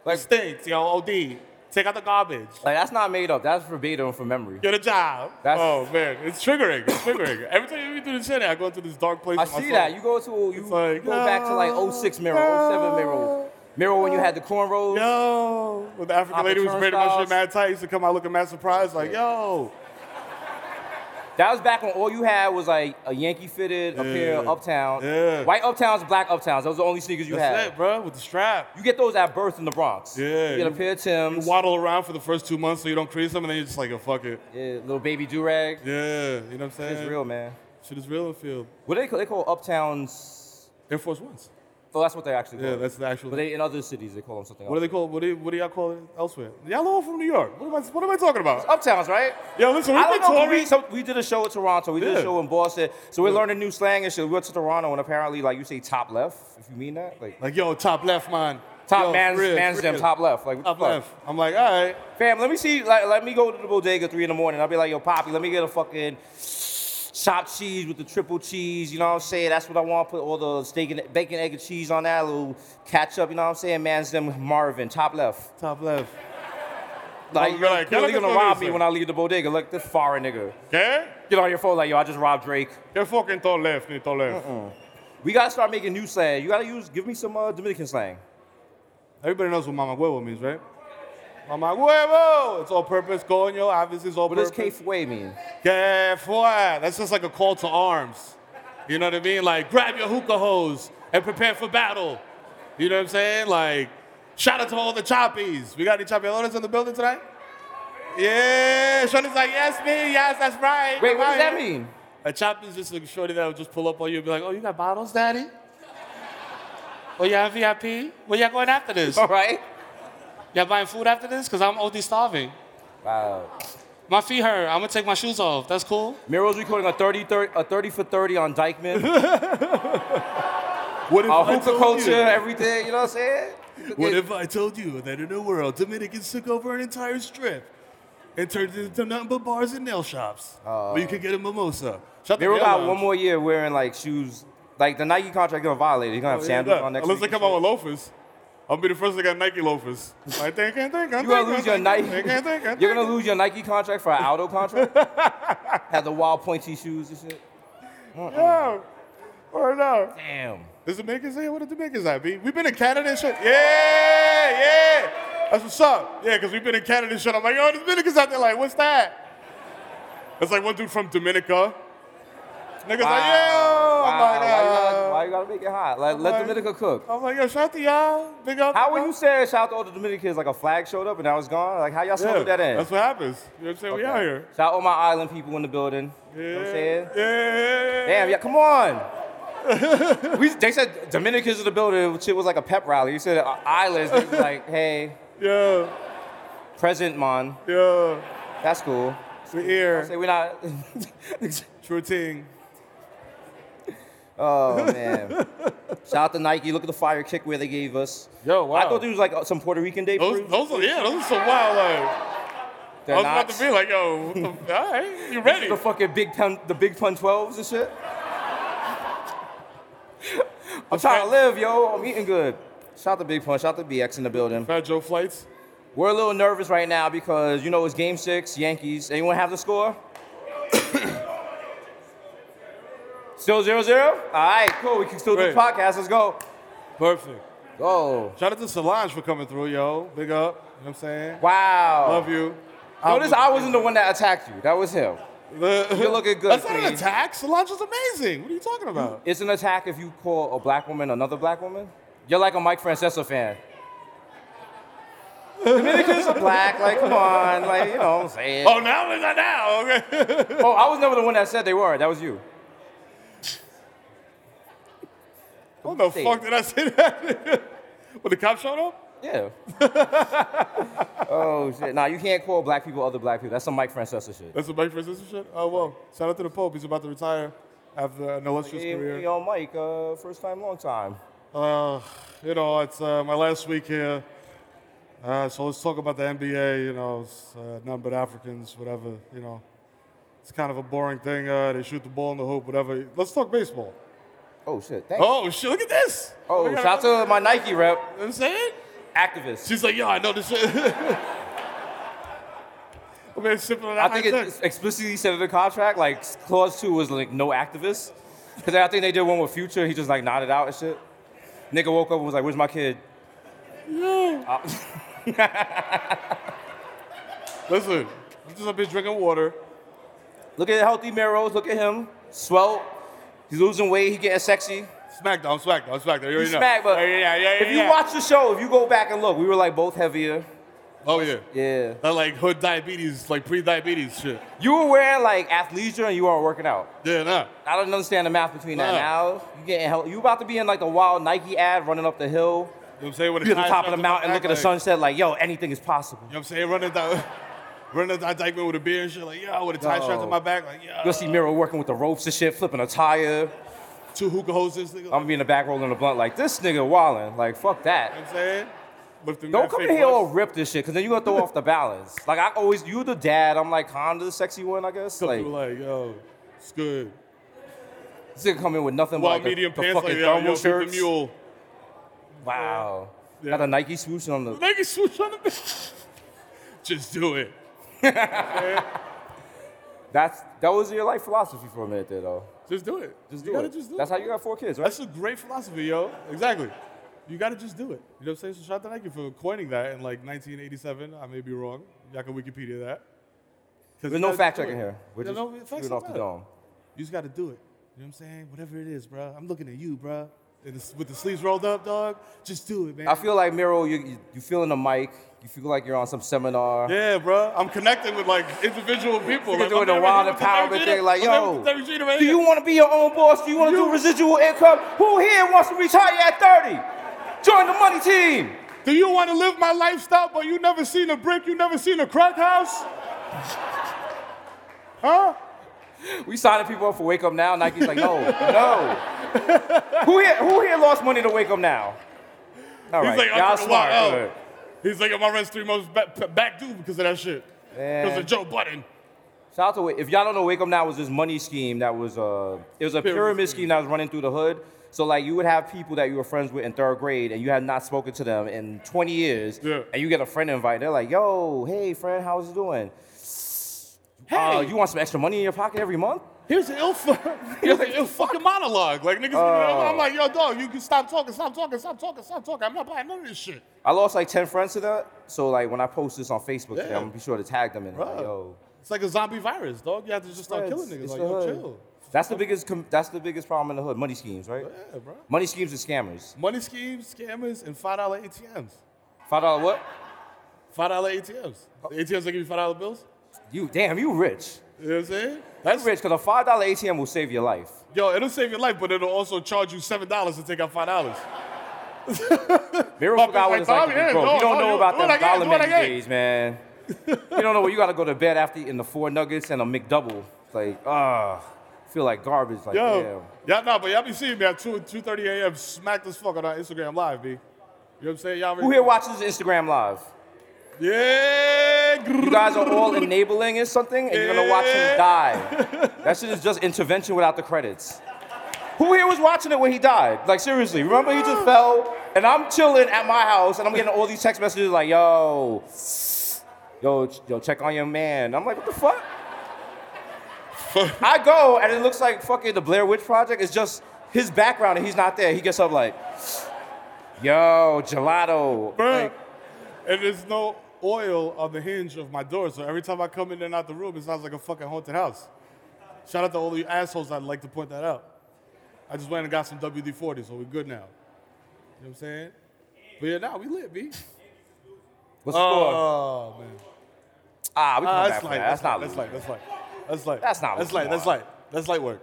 B: Like,
C: Stinks, yo, OD. Take out the garbage.
B: like that's not made up. That's verbatim from memory.
C: You're the job.
B: That's-
C: oh man, it's triggering. It's triggering. Every time you do the channel, I go into this dark place.
B: I
C: with my
B: see
C: soul.
B: that. You go to you
C: It's like, "Oh,
B: go back to like 06 mirror, 07 mirror, mirror when you had the cornrows.
C: Yo, when the African
B: Papa
C: lady was braiding my
B: Turnstiles.
C: shit mad tight, used to come out looking mad surprised, like, yo,
B: That was back when all you had was like a Yankee fitted, a pair of
C: Yeah.
B: Uptown,
C: Yeah.
B: white Uptowns, black Uptowns. Those are the only sneakers you
C: that's
B: had.
C: it, bro, with the strap.
B: You get those at birth in the Bronx.
C: Yeah,
B: You get a
C: you-
B: pair of
C: You
B: Tim's.
C: waddle around for the first two months so you don't crease them, and then you're just like, yo, fuck it.
B: Yeah, little baby do rag.
C: Yeah, you know what I'm saying?
B: It's real, man.
C: Shit is real in the field.
B: What they call, they call Uptowns.
C: Air Force Ones.
B: Oh, that's what they actually call.
C: Yeah,
B: it.
C: that's the actual.
B: But they, in other cities they call them something
C: what
B: else.
C: do they call? What do, what do y'all call it elsewhere? Y'all all from New York. What am I? What am I talking about?
B: Uptowns, right?
C: Yo, listen, we've
B: I
C: been
B: don't know.
C: touring.
B: We, so we did a show in Toronto. We did a
C: Yeah.
B: show in Boston. So we're learning new slang and shit. We went to Toronto and apparently, like, you say top left if you mean that, like
C: Like, yo, top left, man.
B: top
C: Yo,
B: man's
C: real,
B: man's them
C: real.
B: top left. Like what
C: Top
B: the fuck?
C: left. I'm like, all right.
B: Fam, let me see. Like, let me go to the bodega three in the morning. I'll be like, yo, Poppy, let me get a fucking chopped cheese with the triple cheese. You know what I'm saying? That's what I want. Put all the steak and bacon, egg, and cheese on that. A little ketchup. You know what I'm saying? Man's them Marvin, top left.
C: Top left.
B: Like,
C: Oh, You're
B: you're
C: like,
B: clearly
C: "Y'all
B: gonna
C: niggas know
B: rob
C: this
B: me
C: thing."
B: when I leave the bodega. Look, this foreign nigga.
C: Yeah?
B: Get on your phone, like, yo, I just robbed Drake.
C: They're fucking top left, they top left.
B: We gotta start making new slang. You gotta use, give me some uh, Dominican slang.
C: Everybody knows what Mama Huevo means, right? Mama Huevo! It's all purpose, coño. Obviously, it's all
B: What does K
C: purpose.
B: Fue mean?
C: Que fue? That's just like a call to arms. You know what I mean? Like, grab your hookah hose and prepare for battle. You know what I'm saying? Like, shout out to all the choppies. We got any choppiolas in the building tonight? Yeah, Shorty's like, yes, me, yes, that's right.
B: Wait, what does
C: Right.
B: that mean?
C: A chop is just a shorty that would just pull up on you and be like, oh, you got bottles, daddy? Oh, you have VIP? Where y'all going after this?
B: All right.
C: Y'all buying food after this? Because I'm OD starving.
B: Wow.
C: My feet hurt. I'm going to take my shoes off. That's cool.
B: Miro's recording a 30, 30 a 30 for 30 on Dykeman.
C: What if
B: Our Uh, hookah culture, everything, you know what I'm saying?
C: What if I told you that in the world, Dominicans took over an entire strip and turned it into nothing but bars and nail shops
B: Uh,
C: where you could get a mimosa? Shut
B: Miro got one more year wearing like shoes. Like the Nike contract gonna violate. He's gonna have sandals on next
C: Oh, Unless they
B: week.
C: come out with loafers. I'll be the first to get Nike loafers. I think, I think, I
B: You're gonna lose your Nike. You're gonna lose your Nike contract for an auto contract. Have the wild pointy shoes and shit.
C: Yeah. Or no.
B: Damn.
C: Is Dominicans here? What are Dominicans at, B? We've been in Canada and shit. Yeah, yeah. That's what's up. Yeah, because we've been in Canada and shit. I'm like, yo, there's Dominicans out there. Like, what's that? It's like one dude from Dominica. Niggas like,
B: Wow.
C: yo. I'm like,
B: Why, you
C: uh,
B: gotta, why you gotta make it hot? Like, let
C: like-
B: Dominica cook.
C: I'm like, yo, shout out to y'all. Big up.
B: How when you said shout out to all the Dominicans, like a flag showed up and that was gone? Like, how y'all
C: yeah,
B: smuggled that in?
C: That's what happens. You know what I'm saying? We out here.
B: Shout out all my island people in the building. You know what I'm saying?
C: Yeah.
B: Damn, yeah, come on. we, they said Dominicans in the building, shit was like a pep rally. You said uh, islands, they was like, hey,
C: Yeah.
B: present, man.
C: Yeah.
B: That's cool.
C: We're
B: Say
C: here.
B: we're not.
C: True ting.
B: oh, man. Shout out to Nike. Look at the fire kick where they gave us.
C: Yo,
B: I thought it was like uh, some Puerto Rican day
C: Those,
B: fruit.
C: those are, yeah, those are some wild, like.
B: They're
C: I was about
B: not.
C: to be like, yo, what the, all right, you ready?
B: the fucking big pun, the big pun twelves and shit. I'm trying to live, yo. I'm eating good. Shout out to Big Pun. Shout out to BX in the building.
C: Fat Joe flights.
B: We're a little nervous right now because you know it's Game Six, Yankees. Anyone have the score? still 0-0? All right, cool. We can still do the
C: Right.
B: podcast. Let's go.
C: Perfect.
B: Go.
C: Shout out to Solange for coming through, yo. Big up. You know what I'm saying?
B: Wow.
C: Love you.
B: Notice I wasn't the one that attacked you. That was him.
C: You're
B: looking good,
C: That's not
B: Queen.
C: an attack. Solange is amazing. What are you talking about?
B: It's an attack if you call a black woman another black woman. You're like a Mike Francesa fan. Dominicans are black, like, come on, like, you know what I'm saying.
C: Oh, now we're not now. Okay.
B: Oh, I was never the one that said they were, that was you.
C: what the
B: Damn.
C: fuck did I say that? when the cops showed up?
B: Yeah. oh, shit. Nah, you can't call black people other black people. That's some Mike Francesa shit.
C: That's what Mike Francis and shit? Oh, well. Shout out to the Pope. He's about to retire after an illustrious
B: Hey,
C: career.
B: we on Mike, uh, first time, long time.
C: Uh, you know, it's uh, my last week here. Uh, so let's talk about the NBA. You know, it's uh, none but Africans, whatever. You know, it's kind of a boring thing. Uh, they shoot the ball in the hoop, whatever. Let's talk baseball.
B: Oh shit. Thank
C: Oh shit! Look at this.
B: Oh,
C: Look at
B: shout out
C: her.
B: to my Nike rep,
C: You know what I'm saying.
B: activist.
C: She's like, yo, I know this shit. I mean, sipping on that
B: I think
C: high
B: it
C: tech.
B: explicitly said in the contract, like clause two was like no activists. Cause I think they did one with Future. He just like nodded out and shit. Nigga woke up and was like, "Where's my kid?"
C: Listen, I'm just up here drinking water.
B: Look at healthy Meros. Look at him, swell. He's losing weight. He getting sexy.
C: Smackdown, Smackdown, Smackdown. You
B: He
C: already know.
B: smack, but
C: yeah, yeah, yeah, yeah,
B: if you
C: yeah.
B: watch the show, if you go back and look, we were like both heavier.
C: oh yeah,
B: Yeah.
C: that like hood diabetes, like pre-diabetes shit.
B: You were wearing like athleisure and you weren't working out.
C: Yeah, nah.
B: I don't understand the math between that.
C: Nah.
B: Now you getting hell. You about to be in like a wild Nike ad running up the hill,
C: You know what I'm saying? When
B: be at the
C: guys
B: top
C: try
B: of the
C: to
B: mountain,
C: act
B: look at the
C: like-
B: sunset. Like, yo, anything is possible.
C: You know what I'm saying? Running down, running down Dykeman with a beer and shit. Like, yeah, with a tie strapped
B: Yo.
C: on my back. Like, yeah.
B: You'll see Miro working with the ropes and shit, flipping a tire.
C: two hookah hoses. Nigga.
B: I'm gonna be in the back rolling a blunt. Like this nigga wildin'. Like fuck
C: You know
B: that.
C: what I'm saying? With the
B: Don't
C: mad
B: come in
C: fake
B: here all
C: butts.
B: ripped and shit, cause then you gonna throw off the balance. Like I always, you the dad. I'm like Honda, the sexy one, I guess.
C: Some
B: Like
C: people like, yo, it's good.
B: this nigga come in with nothing but
C: Well,
B: like
C: medium
B: the, the
C: pants,
B: fucking
C: like, yo,
B: thermal
C: yo, beat the
B: shirts.
C: mule.
B: Wow.
C: Yeah.
B: Got a Nike swoosh on the.
C: Nigga, switch on the bitch. Just do it.
B: That's that was your life philosophy for a minute there though.
C: Just do it.
B: Just
C: you
B: do
C: gotta
B: it.
C: Just do
B: That's
C: it.
B: how you got four kids, right?
C: That's a great philosophy, yo. Exactly. You gotta just do it. You know what I'm saying? So shout out to Nike for coining that in like 1987. I may be wrong. Y'all can Wikipedia that. 'Cause you
B: There's no
C: gotta
B: fact
C: do it.
B: checking here. We're
C: Yeah,
B: just
C: no,
B: no,
C: facts don't
B: off the
C: matter.
B: dome.
C: You just gotta do it. You know what I'm saying? Whatever it is, bro. I'm looking at you, bro. And it's- with the sleeves rolled up, dog. Just do it, man.
B: I feel like Miro, you you, you feeling the mic. You feel like you're on some seminar.
C: Yeah, bro. I'm connecting with like individual people.
B: You're
C: Like,
B: doing
C: I'm
B: the
C: right
B: wild
C: here with Derek
B: empowerment
C: Jeter.
B: thing, like,
C: I'm right here
B: yo,
C: with Derek Jeter right
B: do
C: here.
B: you want to be your own boss? Do you want to do residual income? Who here wants to retire at 30? Join the money team.
C: Do you want to live my lifestyle, but you never seen a brick, you never seen a crack house? Huh?
B: We signing people up for Wake Up Now. Nike's like, no, no. who here? Who here lost money to Wake Up Now? All
C: He's
B: right,
C: like, I'm
B: y'all
C: from the
B: smart.
C: YL.
B: good.
C: He's like, my rent's three months back, back due because of that shit. Because
B: Man.
C: of Joe Budden.
B: Shout out to Wake. If y'all don't know, Wake Up Now was this money scheme that was uh, it was a pyramid,
C: Pyramid
B: scheme.
C: scheme.
B: that was running through the hood. So like you would have people that you were friends with in third grade and you had not spoken to them in 20 years,
C: Yeah.
B: and you get a friend invite. They're like, "Yo, hey friend, how's it doing? Hey, uh, you want some extra money in your pocket every month?
C: Here's an ill, fu- here's an ill Oh. fucking monologue. Like, niggas, I'm like, yo, dog, you can stop talking, stop talking, stop talking, stop talking. I'm not buying none of this shit.
B: I lost like 10 friends to that. So like when I post this on Facebook today,
C: Yeah.
B: I'm gonna be sure to tag them in. it. Like,
C: Bruh.
B: yo,
C: It's like a zombie virus, dog. You have to just start
B: friends,
C: killing niggas.
B: it's
C: Like,
B: the
C: yo,
B: hood.
C: chill.
B: That's the biggest. Com- that's the biggest problem in the hood. Money schemes, right?
C: Yeah, bro.
B: Money schemes and scammers.
C: Money schemes, scammers, and $5 ATMs.
B: Five dollar what?
C: $5 ATMs. The ATMs that give you $5 bills.
B: You damn, you rich.
C: You know what I'm saying? That's
B: rich because a five dollar ATM will save your life.
C: Yo, it'll save your life, but it'll also charge you seven dollars to take out five dollars.
B: Miro
C: Fucking
B: forgot what
C: like
B: it's like to
C: Tommy,
B: be
C: yeah,
B: broke.
C: no,
B: You don't
C: no,
B: know
C: you-
B: about
C: do it
B: them
C: again,
B: dollar
C: do it
B: menu
C: again.
B: days, man. you don't know where you gotta go to bed after eating the four nuggets and a McDouble. It's like, ah, feel like garbage. Like,
C: Yo, y'all nah, but y'all be seeing me at two two thirty a.m. smacked as fuck on our Instagram live, b. You know what I'm saying? Y'all
B: damn. Who
C: already-
B: here watches this Instagram live?
C: Yeah,
B: You guys are all enabling it something, and you're gonna watch him
C: Yeah.
B: die. That shit is just intervention without the credits. Who here was watching it when he died? Like seriously, remember he just fell, and I'm chilling at my house, and I'm getting all these text messages like, "Yo, yo, ch- yo, check on your man." I'm like, "What the fuck?" I go, and it looks like fucking the Blair Witch Project. It's just his background, and he's not there. He gets up like, "Yo, gelato."
C: Bruh.
B: Like,
C: and there's no oil on the hinge of my door, so every time I come in and out the room, it sounds like a fucking haunted house. Shout out to all you assholes that like to point that out. I just went and got some WD-40, so we're good now. You know what I'm saying? But yeah, now nah, we lit, b.
B: what's the score?
C: Oh man.
B: ah, we come
C: Ah,
B: back
C: that's
B: from
C: light.
B: that. That's, not.
C: That's
B: losing.
C: light. That's light. That's light.
B: That's not-
C: That's
B: come
C: light. That's
B: on.
C: light. That's light work.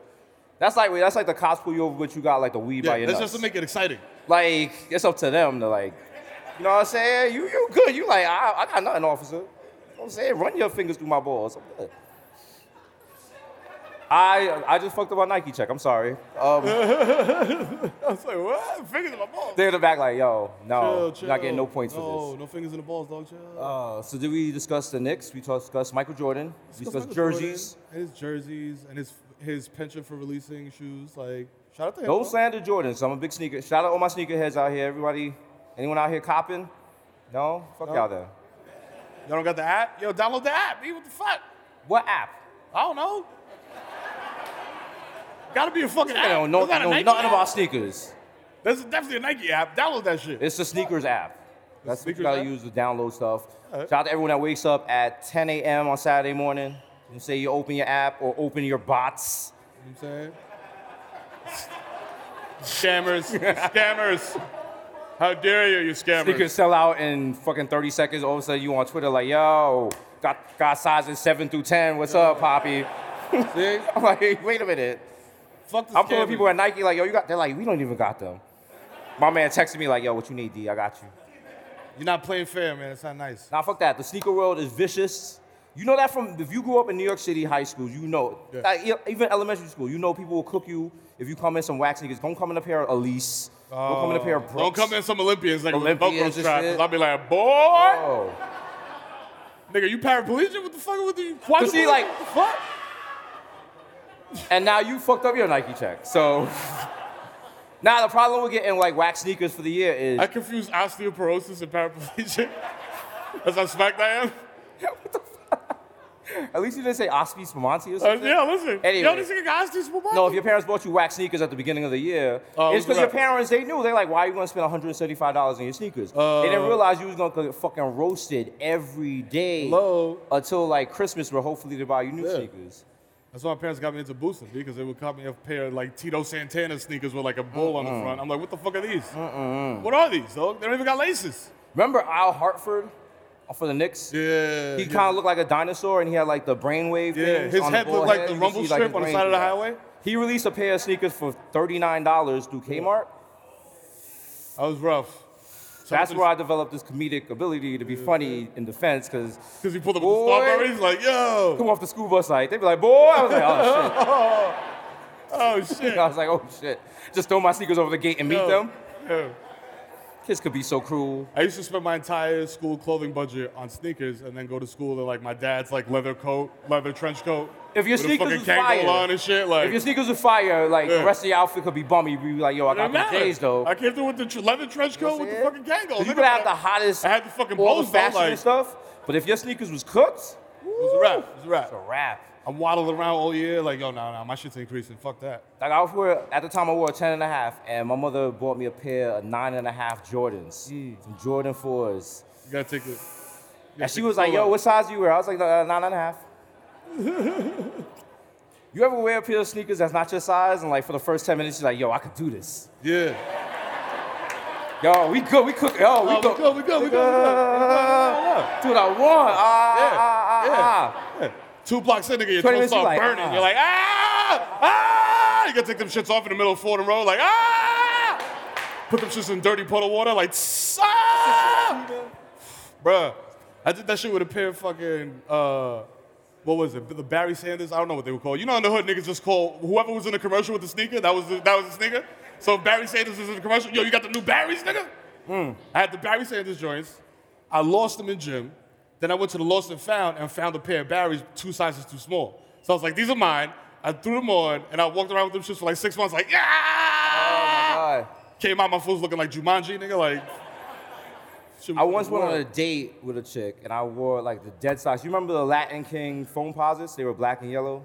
B: That's like that's like the cops pull you over, but you got like the weed
C: Yeah,
B: by your
C: that's
B: nuts.
C: just to make it exciting.
B: like it's up to them to like, you know what I'm saying? You you good? You like I, I got nothing, officer. You know what I'm saying? Run your fingers through my balls. I'm good. I I just fucked up my Nike check. I'm sorry. Um,
C: I was like, what? Fingers in my balls.
B: they're in the back like, yo, no,
C: Chill,
B: you're not getting no
C: chill.
B: points
C: No,
B: for this.
C: no fingers in the balls, dog. Chill.
B: Uh, so did we discuss the Knicks? We discussed Michael Jordan.
C: Let's
B: We
C: go
B: discussed
C: Michael Jordan
B: jerseys.
C: and his jerseys and his his penchant for releasing shoes. Like, shout Shout out to him.
B: Don't slander Jordan. So I'm a big sneaker. Shout out all my sneakerheads out here. Everybody, anyone out here copping? No? Fuck y'all there.
C: Y'all don't got the app? Yo, download the app. B, what the fuck?
B: What app?
C: I don't know. Gotta be a fucking app.
B: I don't know,
C: Is that
B: I
C: a
B: know
C: Nike
B: nothing
C: app?
B: about sneakers.
C: This is definitely a Nike app. Download that shit.
B: It's the sneakers app. That's what you
C: sneakers
B: gotta
C: app? Uh,
B: use to download stuff.
C: Alright.
B: Shout out to everyone that wakes up at 10 a.m. on Saturday morning. And say you open your app or open your bots.
C: You know what I'm saying? Scammers. scammers. How dare you, you scammers.
B: Sneakers sell out in fucking 30 seconds. All of a sudden you on Twitter like, yo, got got sizes seven through ten. What's up, Poppy?
C: See?
B: I'm like, wait a minute.
C: Fuck the
B: I'm
C: scammers.
B: calling people at Nike like, yo, you got. They're like, we don't even got them. My man texted me like, yo, what you need, D? I got you.
C: You're not playing fair, man. It's not nice.
B: Nah, fuck that. The sneaker world is vicious. You know that from if you grew up in New York City high school, you know
C: Yeah.
B: like, e- even elementary school, you know people will cook you if you come in some wax sneakers. Don't come in a pair of Elise. don't come in a pair of Brooks.
C: Oh. Don't come in some Olympians like
B: Olympians
C: Olympians
B: and
C: with trap.
B: shit.
C: I'll be like, boy,
B: Oh.
C: nigga, you paraplegic? What the fuck with you? Why
B: Cause he like fuck. And now you fucked up your Nike check. So now the problem with getting like wax sneakers for the year is
C: I confuse osteoporosis and paraplegic. That's how smacked I am. Uh,
B: at least you didn't say Ospie Spumanti or
C: Uh,
B: something.
C: yeah, listen.
B: Anyway.
C: Yo, this nigga got osteoporosis.
B: No, if your parents bought you wax sneakers at the beginning of the year,
C: Oh,
B: it's
C: it was
B: because your
C: about-
B: parents they knew they're like, why are you gonna spend 175 dollars on your sneakers? they didn't
C: Uh,
B: realize you was gonna get fucking roasted every day
C: Hello?
B: until like Christmas, where hopefully they buy you new
C: Yeah.
B: sneakers.
C: That's why my parents got me into boosting because they would cop me a pair of like Tito Santana sneakers with like a bull on the front. I'm like, what the fuck are these? What are these, dog? They don't even got laces.
B: Remember Al Hartford for the Knicks?
C: Yeah.
B: He kind of looked like a dinosaur, and he had like the brainwave.
C: Yeah,
B: things
C: his
B: on the
C: head
B: ball
C: looked like the
B: You could
C: rumble
B: see,
C: strip
B: his
C: on the
B: brain
C: side of the
B: through that.
C: highway.
B: He released a pair of sneakers for thirty-nine dollars through Kmart.
C: That was rough.
B: That's where I developed this comedic ability to be funny in defense, because
C: Because he pulled up
B: Boy.
C: the strawberry. He's like, yo.
B: come off the school bus like they'd be like, "Boy," I was like, "Oh shit!"
C: Oh, shit.
B: I was like, "Oh shit!" Just throw my sneakers over the gate and meet
C: Yo.
B: them.
C: Yo.
B: Kids could be so cruel.
C: I used to spend my entire school clothing budget on sneakers and then go to school in like my dad's like leather coat, leather trench coat.
B: If your
C: with a
B: sneakers
C: fucking
B: was
C: Kangol
B: fire.
C: on and shit, like
B: If your sneakers were fire, like the
C: Yeah.
B: rest of your outfit could be bummy. You'd be like, "Yo, I
C: It
B: got
C: don't
B: these
C: matter.
B: days though."
C: I came through with the tr- leather trench coat with the fucking
B: So
C: Kangol.
B: You
C: Nigga,
B: could have
C: but
B: the hottest,
C: I had the fucking
B: all
C: balls
B: the fashion
C: though, like,
B: and stuff, but if your sneakers was cooked,
C: It was a wrap. It was a
B: it's a
C: wrap.
B: wrap.
C: I'm waddling around all year, like, yo, nah, nah, my shit's increasing. Fuck that.
B: Like I wore, at the time I wore a 10 and a half, and my mother bought me a pair of nine and a half Jordans,
C: Mm.
B: some Jordan 4s.
C: You gotta take the. you gotta
B: And she
C: take
B: was
C: the
B: like, yo,
C: pull
B: what size do you wear? I was like, "Uh, nine and a half. you ever wear a pair of sneakers that's not your size? And like for the first 10 minutes, she's like, yo, I could do this.
C: out." Yeah.
B: Yo, we good, we cook, yo, we Ah.
C: Oh, we
B: cook.
C: good, we good, we good, we good.
B: Uh, Dude, I won. Ah,
C: Yeah,
B: ah, ah,
C: yeah.
B: ah.
C: Two blocks in, nigga, your
B: 20
C: toes
B: minutes, you
C: start
B: like,
C: burning.
B: ah.
C: You're like, ah, ah. You gotta take them shits off in the middle of Fordham Road, like, ah. Put them shits in dirty puddle water, like, tss, ah. Bruh, I did that shit with a pair of fucking, uh, what was it? The Barry Sanders? I don't know what they were called. You know, in the hood, niggas just call whoever was in the commercial with the sneaker. That was the, that was the sneaker. So if Barry Sanders was in the commercial. Yo, you got the new Barrys, nigga. I had the Barry Sanders joints. I lost them in gym. Then I went to the lost and found and found a pair of Barrys two sizes too small. So I was like, these are mine. I threw them on and I walked around with them shits for like six months. Like, yeah.
B: God.
C: Came out my fools looking like Jumanji, nigga. Like, shit
B: I
C: was
B: once went on a
C: wild.
B: date with a chick and I wore like the dead socks. You remember the Latin King foam posits? They were black and yellow.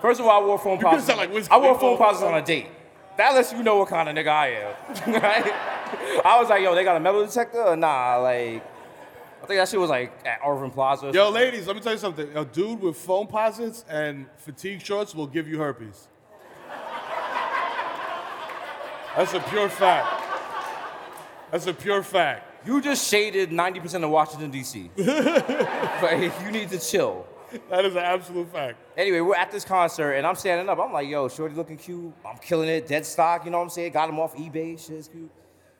B: First of all, I wore foam
C: could've
B: posits.
C: sound like Wiz
B: I wore
C: Khalifa
B: foam
C: all of a
B: posits on a date. That lets you know what kind of nigga I am. right? I was like, yo, they got a metal detector? Or nah, like, I think that shit was like at Irving Plaza.
C: Yo, ladies, let me tell you something. A dude with foam posits and fatigue shorts will give you herpes. That's a pure fact. That's a pure fact.
B: You just shaded 90% of Washington, D.C. like, you need to chill.
C: That is an absolute fact.
B: Anyway, we're at this concert and I'm standing up. I'm like, yo, shorty looking cute. I'm killing it. Dead stock, you know what I'm saying? Got him off eBay. Shit is cute.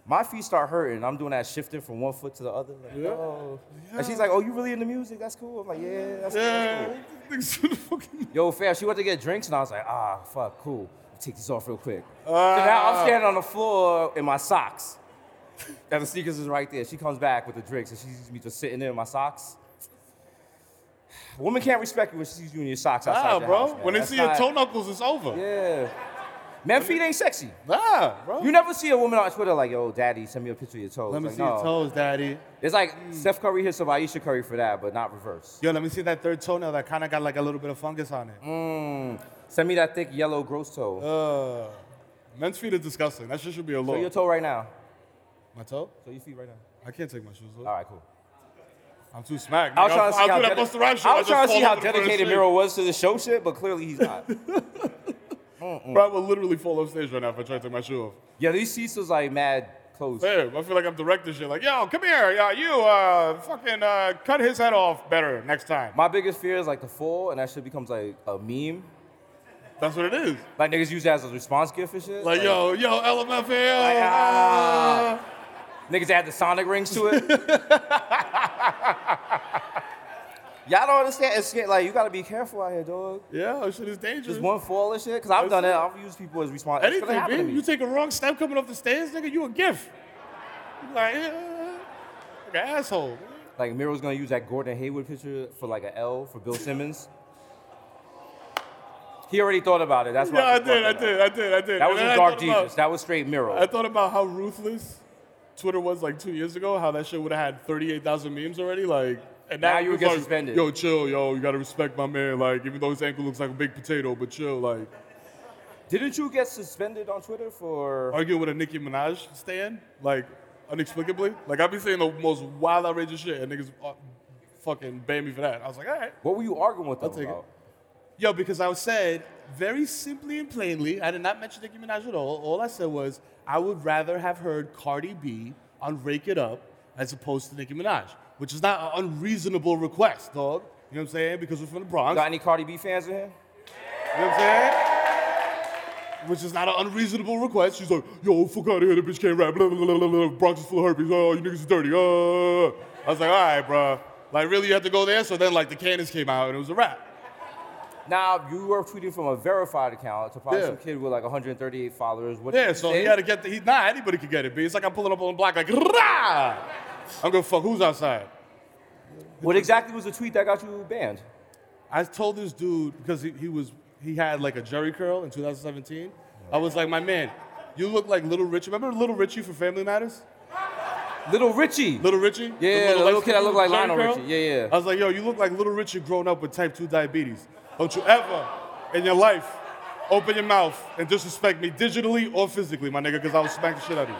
B: My feet start hurting. I'm doing that shifting from one foot to the other. Like, oh. And she's like, oh, you really into music? That's cool. I'm like, yeah, that's, that's
C: Yeah.
B: cool.
C: Niggas do the fucking-
B: Yo, fam, she went to get drinks and I was like, ah, fuck, cool. I'll take this off real quick.
C: Ah.
B: so now I'm standing on the floor in my socks. And the sneakers is right there. She comes back with the drinks and she sees me just sitting there in my socks. A woman can't respect you when she sees you in your socks outside
C: Nah,
B: your
C: bro.
B: house, man.
C: when they
B: That's
C: see
B: not-
C: your toe knuckles, it's over.
B: yeah. Man feet ain't sexy.
C: Nah, bro.
B: You never see a woman on Twitter like, yo, daddy, send me a picture of your toes.
C: let me
B: Like,
C: see your
B: no.
C: toes, daddy.
B: It's like Steph Curry hits some Aisha Curry for that, but not reverse.
C: Yo, let me see that third toenail that kind of got like a little bit of fungus on it.
B: Mm. Send me that thick yellow gross toe.
C: Uh, Men's feet is disgusting. That shit should be a
B: Show
C: law.
B: your toe right now.
C: my toe?
B: Show your feet right now.
C: I can't take my shoes off.
B: All right, cool.
C: I'm too smacked.
B: Ah. I was
C: nigga.
B: trying to
C: I'll-
B: see
C: I'll
B: how,
C: do that
B: dedi-
C: Busta Rhymes shit.
B: I
C: I'll
B: was
C: just
B: trying to see
C: fall
B: how
C: over the first
B: dedicated
C: thing.
B: Miro was to the show shit, but clearly he's not.
C: Bro, I would literally fall off stage right now if I tried to take my shoe off.
B: yeah, these seats was like mad close.
C: Damn, I feel like I'm directing shit. Like, yo, come here. Yeah, you uh, fucking uh, cut his head off better next time.
B: My biggest fear is like the fall, and that shit becomes like a meme.
C: That's what it is.
B: Like niggas use that as a response gift and shit.
C: Like, yo, yo, LMFAO.
B: Like,
C: ah.
B: ah. Niggas add the sonic rings to it. Y'all don't understand. It's shit, like you gotta be careful out here, dog.
C: Yeah, shit is dangerous.
B: Just one fall and shit. Cause I've done it. I've used people as response. it's gonna
C: Anything,
B: happen to
C: man.
B: me.
C: You take a wrong step coming up the stairs, nigga, you a gift. You Like, uh, like an asshole.
B: Like Miro's gonna use that Gordon Hayward picture for like a L for Bill Simmons. He already thought about it. That's why.
C: Yeah, I
B: keep
C: did, I
B: fucking up.
C: did, I did, I did.
B: That was
C: And I
B: a dark
C: thought about-
B: Jesus. That was straight Miro.
C: I thought about how ruthless Twitter was like two years ago. How that shit would have had thirty-eight thousand memes already. Like, and
B: Now
C: that
B: you would
C: was
B: get
C: like,
B: suspended.
C: Yo, chill, yo. You gotta respect my man. Like, even though his ankle looks like a big potato, but chill. Like,
B: Didn't you get suspended on Twitter for?
C: arguing with a Nicki Minaj stand, like, inexplicably. Like, I've been saying the most wild, outrageous shit, and niggas uh, fucking banned me for that. I was like, all right.
B: What were you arguing with them
C: take it.
B: about?
C: Yo, because I said very simply and plainly, I did not mention Nicki Minaj at all. All I said was I would rather have heard Cardi B on Rake It Up as opposed to Nicki Minaj, which is not an unreasonable request, dog. You know what I'm saying? Because we're from the Bronx.
B: Got any Cardi B fans in here?
C: You know what I'm saying? Which is not an unreasonable request. She's like, yo, fuck out of here, the bitch can't rap. Blah, blah, blah, blah, blah. Bronx is full of herpes. Oh, you niggas is dirty. Uh. I was like, all right, bro. Like, really, you have to go there? So then, like, the cannons came out and it was a rap.
B: Now you were tweeting from a verified account to probably
C: Yeah.
B: some kid with like 138 followers. What did
C: Yeah,
B: you
C: so
B: say?
C: he had to get the. He, nah, anybody could get it, B. It's like I'm pulling up on the block, like, rah! I'm gonna fuck who's outside.
B: what exactly was the tweet that got you banned?
C: I told this dude, because he, he was, he had like a jerry curl in 2017. I was like, my man, you look like Little Richie. Remember Little Richie from Family Matters?
B: Little Richie.
C: Little Richie?
B: Yeah, the little kid that looked like
C: jerry
B: Lionel
C: curl?
B: Richie. Yeah, yeah.
C: I was like, yo, you look like Little Richie grown up with type 2 diabetes. Don't you ever in your life open your mouth and disrespect me digitally or physically, my nigga, because I will smack the shit out of you.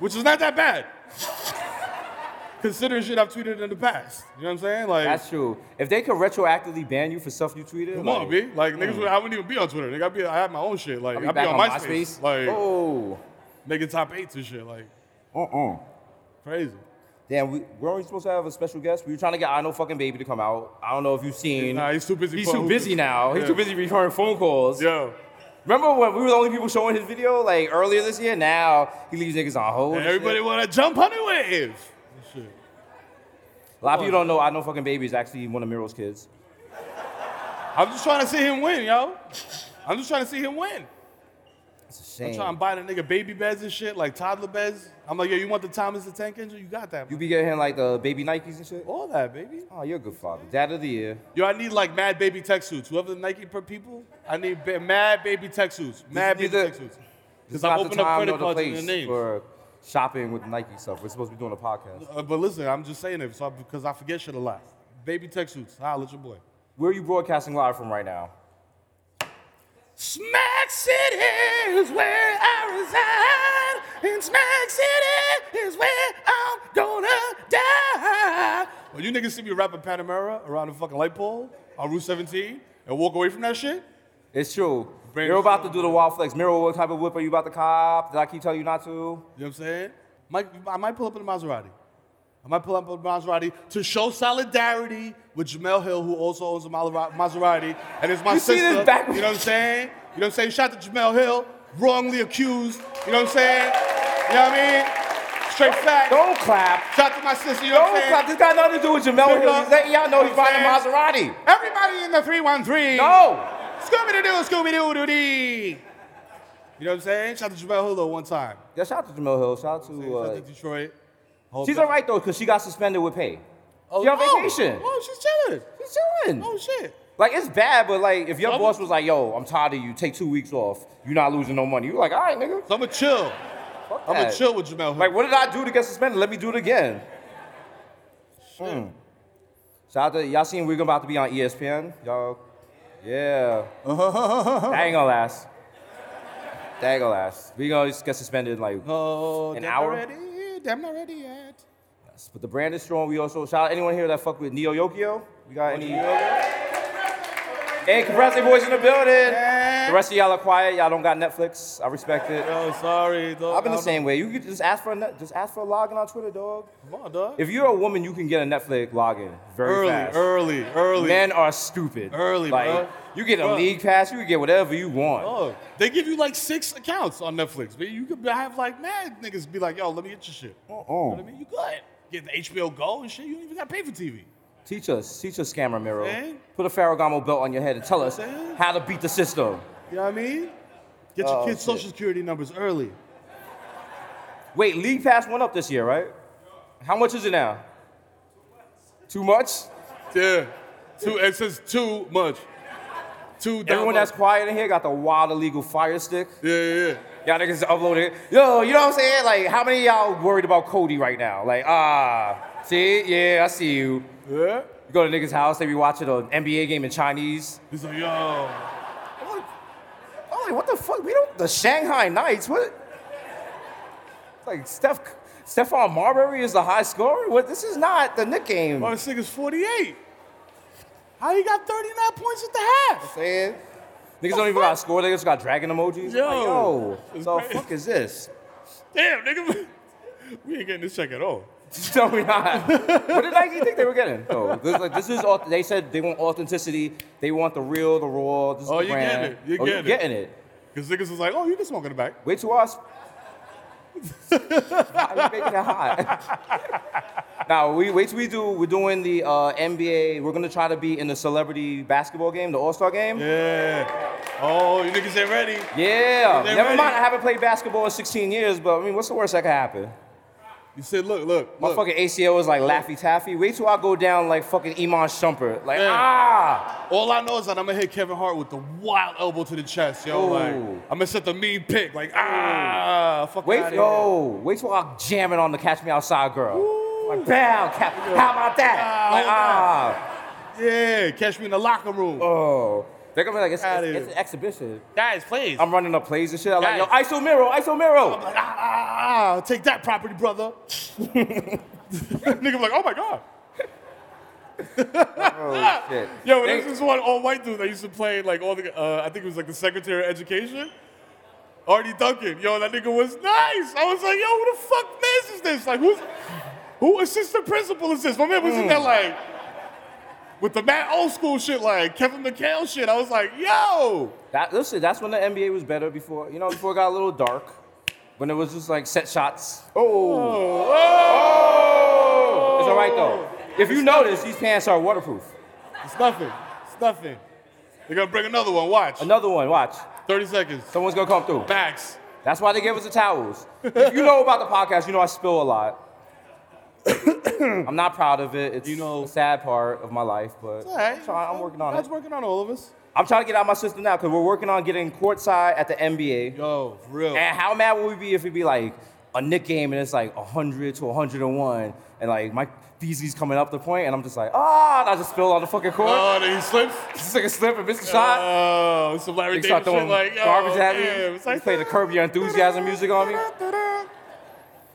C: Which is not that bad. Considering shit I've tweeted in the past. You know what I'm saying? Like,
B: That's true. If they could retroactively ban you for stuff you tweeted,
C: come
B: like,
C: on, B. Like, niggas, would, I wouldn't even be on Twitter. Nigga, I'd be, I have my own shit. Like,
B: Mm. I'll
C: I'd
B: be
C: be,
B: back
C: on,
B: on
C: MySpace.
B: MySpace.
C: Like,
B: oh,
C: making top eights and shit. Like,
B: uh-uh.
C: crazy.
B: Damn, we, weren't we supposed to have a special guest? We were trying to get I Know Fucking Baby to come out. I don't know if you've seen.
C: Nah, he's too busy
B: He's
C: for-
B: too busy now. He's
C: Yeah.
B: too busy returning phone calls.
C: Yo.
B: Remember when we were the only people showing his video like earlier this year? Now he leaves niggas on hold.
C: And
B: and
C: everybody
B: shit.
C: want to jump on the wave. Shit.
B: A lot of people don't know I Know Fucking Baby is actually one of Miro's kids.
C: I'm just trying to see him win, yo. I'm just trying to see him win.
B: It's a
C: I'm trying
B: shame.
C: to buy the nigga baby beds and shit, like toddler beds. I'm like, yo, you want the Thomas the Tank Engine? You got that.
B: You
C: man.
B: be getting him like the baby Nikes and shit?
C: all that, baby.
B: Oh, you're a good father. Dad of the year.
C: Yo, I need like mad baby tech suits. Whoever the Nike per people, I need ba- mad baby tech suits. Mad baby
B: neither-
C: tech suits.
B: This is
C: Because
B: not
C: I'm
B: the
C: opening up
B: time
C: credit
B: nor the
C: cards in
B: place
C: your name.
B: for shopping with Nike stuff. We're supposed to be doing a podcast.
C: Uh, but listen, I'm just saying it so I, because I forget shit a lot. Baby tech suits. Holla at your boy.
B: Where are you broadcasting live from right now?
C: Smack City is where I reside, and Smack City is where I'm gonna die. When you niggas see me rapping Panamera around the fucking light pole on Route 17 and walk away from that shit,
B: It's true.
C: Brand
B: Miro
C: new
B: about to
C: song.
B: do the wild flex. Miro, what type of whip are you about to cop? Did I keep telling you not to?
C: you know what I'm saying? Might, I might pull up in a Maserati. I might pull up in a Maserati to show solidarity with Jamel Hill, who also owns a Malera- Maserati, and it's my
B: You see
C: sister.
B: this back-
C: You know what I'm saying? You know what I'm saying? Shout out to Jamel Hill, wrongly accused. You know what I'm saying? You know what I mean? Straight fact.
B: Don't clap.
C: Shout out to my sister, you know what
B: Don't
C: I'm
B: clap.
C: saying?
B: This got nothing to do with Jamel
C: Big
B: Hill.
C: up.
B: He's letting y'all know he's
C: You know what
B: riding a
C: I'm
B: Maserati.
C: Everybody in the 313.
B: No.
C: Scooby Doo, Scooby Doo, Doo Dee. You know what I'm saying? Shout out to Jamel Hill though, one time.
B: Yeah, shout out to Jamel Hill. Shout out to.
C: Shout
B: Uh,
C: out to Detroit. Hope
B: she's
C: that-
B: all right though, cause she got suspended with pay.
C: Oh,
B: she on
C: oh,
B: vacation.
C: Oh, she's chilling.
B: She's chilling.
C: Oh, shit.
B: Like it's bad, but like if your
C: Some-
B: boss was like, "Yo, I'm tired of you. Take two weeks off. You're not losing no money." You're like, "All right, nigga."
C: So I'm gonna chill.
B: fuck
C: I'm gonna
B: that."
C: chill with Jamel.
B: Like, what did I do to get suspended? Let me do it again. Mm. Shout out to y'all seen we're about to be on E ESPN, y'all. Yeah. that ain't gonna last. That ain't gonna last. We gonna just get suspended like
C: oh,
B: an
C: damn
B: hour?
C: Not ready. Damn, not ready yet.
B: But the brand is strong. We also shout out anyone here that fuck with Neo Yokio. We got any And compressing boys in the building. The rest of y'all are quiet. Y'all don't got Netflix. I respect it.
C: Yo, sorry. dog.
B: I've been
C: I
B: the
C: don't-
B: same way. You could just ask for a net, just ask for a login on Twitter, dog.
C: Come on, dog.
B: If you're a woman, you can get a Netflix login very
C: early,
B: fast.
C: early, early.
B: Men are stupid.
C: Early,
B: like,
C: bro.
B: You get a
C: Bro.
B: league pass. You can get whatever you want.
C: Oh, they give you like six accounts on Netflix. But you could have like mad niggas be like, yo, let me get your shit. You know what I mean? You good. Get the HBO Go and shit. You don't even gotta pay for TV.
B: Teach us, teach us, scammer Miro.
C: Saying?
B: Put a Ferragamo belt on your head and tell us
C: Saying?
B: how to beat the system.
C: You know what I mean? Get your
B: Oh, shit.
C: kids' social security numbers early.
B: Wait, league pass went up this year, right? How much is it now? Too much?
C: Yeah. Too it says too much. Too
B: Everyone
C: download-
B: that's quiet in here got the wild illegal fire stick.
C: Yeah, yeah,
B: Y'all niggas uploaded it. Yo, you know what I'm saying? Like, how many of y'all worried about Cody right now? Like, ah, see? Yeah, I see you.
C: yeah. Yeah.
B: You go to niggas' house, they be watching an NBA game in Chinese.
C: He's like, yo.
B: I'm like, I'm like, what the fuck? We don't the Shanghai Knights. What? Like Steph, Stephon Marbury is the high scorer. What? This is not the Nick game.
C: Oh, this nigga's 48. How he got 39 points at the half?
B: saying? Niggas don't even got score. They just got dragon emojis.
C: Yo.
B: like, yo
C: It's
B: so
C: crazy.
B: fuck is this?
C: Damn, nigga. We ain't getting this check at all.
B: no, we not. what did Nike think they were getting? No, this, like, this is auth- they said they want authenticity. They want the real, the raw. This is
C: Oh,
B: the
C: you
B: brand.
C: getting it. You
B: oh,
C: getting it.
B: You're getting it.
C: Because niggas was like, oh, you can smoke in the back.
B: Wait to us. How you making it hot? now we wait till we do. We're doing the uh, NBA. We're gonna try to be in the celebrity basketball game, the All Star game. Yeah.
C: Yeah. Oh, you niggas ain't ready. They
B: Never
C: ready?
B: mind. I haven't played basketball in 16 years, but I mean, what's the worst that could happen?
C: You said, look, look,
B: My
C: look.
B: fucking ACL is like Laffy Taffy. Wait till I go down like fucking Iman Shumpert. Like
C: Yeah.
B: ah.
C: All I know is that I'm gonna hit Kevin Hart with the wild elbow to the chest, yo. Like,
B: Ooh.
C: I'm gonna set the mean pick, like ah, fuck
B: Wait,
C: outta here.
B: yo. Wait till I jam it on the Catch Me Outside girl. Like bam, cap. How about that?
C: Ah,
B: like
C: hold
B: ah.
C: Yeah, catch me in the locker room.
B: Oh, they're gonna be like, it's,
C: Outta
B: it's-
C: here.
B: it's an exhibition.
C: Guys, please. I'm
B: I'm running up plays and shit. I'm like, yo,
C: Guys.
B: ISO Miro, ISO Miro.
C: like ah, ah, ah, take that property, brother. Nigga, be like, oh my god.
B: Oh, shit.
C: Ah. Yo,
B: They-
C: there's this one all white dude that used to play like all the. Uh, I think it was like the Secretary of Education. Artie Duncan, yo, that nigga was nice. I was like, yo, who the fuck man is this? Like, who's who assistant principal is this? My man was in
B: Mm.
C: there like with the mad old school shit, like Kevin McHale shit. I was like, yo,
B: that, listen, that's when the NBA was better before, you know, before it got a little dark. When it was just like set shots. Oh.
C: oh,
B: It's all right, though. If you notice, these pants are waterproof.
C: It's nothing. It's nothing. They're gonna bring another one. Watch.
B: Another one, watch.
C: Thirty seconds.
B: Someone's gonna come through.
C: Max.
B: That's why they gave us the towels. If you know about the podcast, you know I spill a lot. I'm not proud of it. It's
C: You know-
B: a sad part of my life, but I'm trying- I'm working on it.
C: God's working on all of us.
B: I'm trying to get out my system now because we're working on getting courtside at the NBA.
C: Yo, for real.
B: And how mad would we be if it'd be like a Nick game and it's like 100 to 101 and like Mike Beasley's coming up the point and I'm just like, ah, and I just spill on the fucking court.
C: Oh, then he slips.
B: Just like a slip and miss a shot.
C: Oh, some Larry
B: They start
C: David shit.
B: throwing
C: Like, oh, yo,
B: garbage at
C: damn.
B: me.
C: It's
B: They
C: like,
B: play the Curb Your Enthusiasm music on me.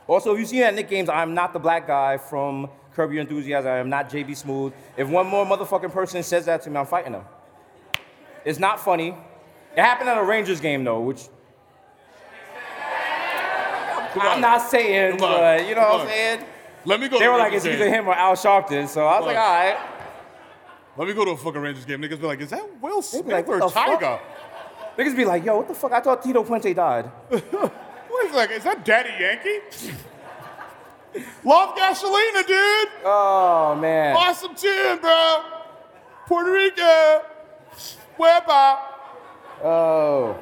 B: Also, if you see that Nick games, I'm not the black guy from Curb Your Enthusiasm. I am not JB Smooth. If one more motherfucking person says that to me, I'm fighting them. It's not funny. It happened at a Rangers game though, which I'm
C: on.
B: not saying,
C: Come on.
B: but you know
C: Come
B: what I'm
C: on.
B: saying?
C: Let me go.
B: They
C: to a
B: were like,
C: Rangers
B: it's either
C: game.
B: him or Al Sharpton. So I was like,
C: Come
B: all
C: on.
B: right.
C: Let me go to a fucking Rangers game. Niggas be like, is that Will Smith
B: like,
C: or
B: what the fuck?
C: Tiger?
B: Niggas be like, yo, what the fuck? I thought Tito Puente died.
C: What is like? Is that Daddy Yankee? Love Gasolina, dude.
B: Oh man.
C: Awesome tune, bro. Puerto Rico. Where
B: Oh.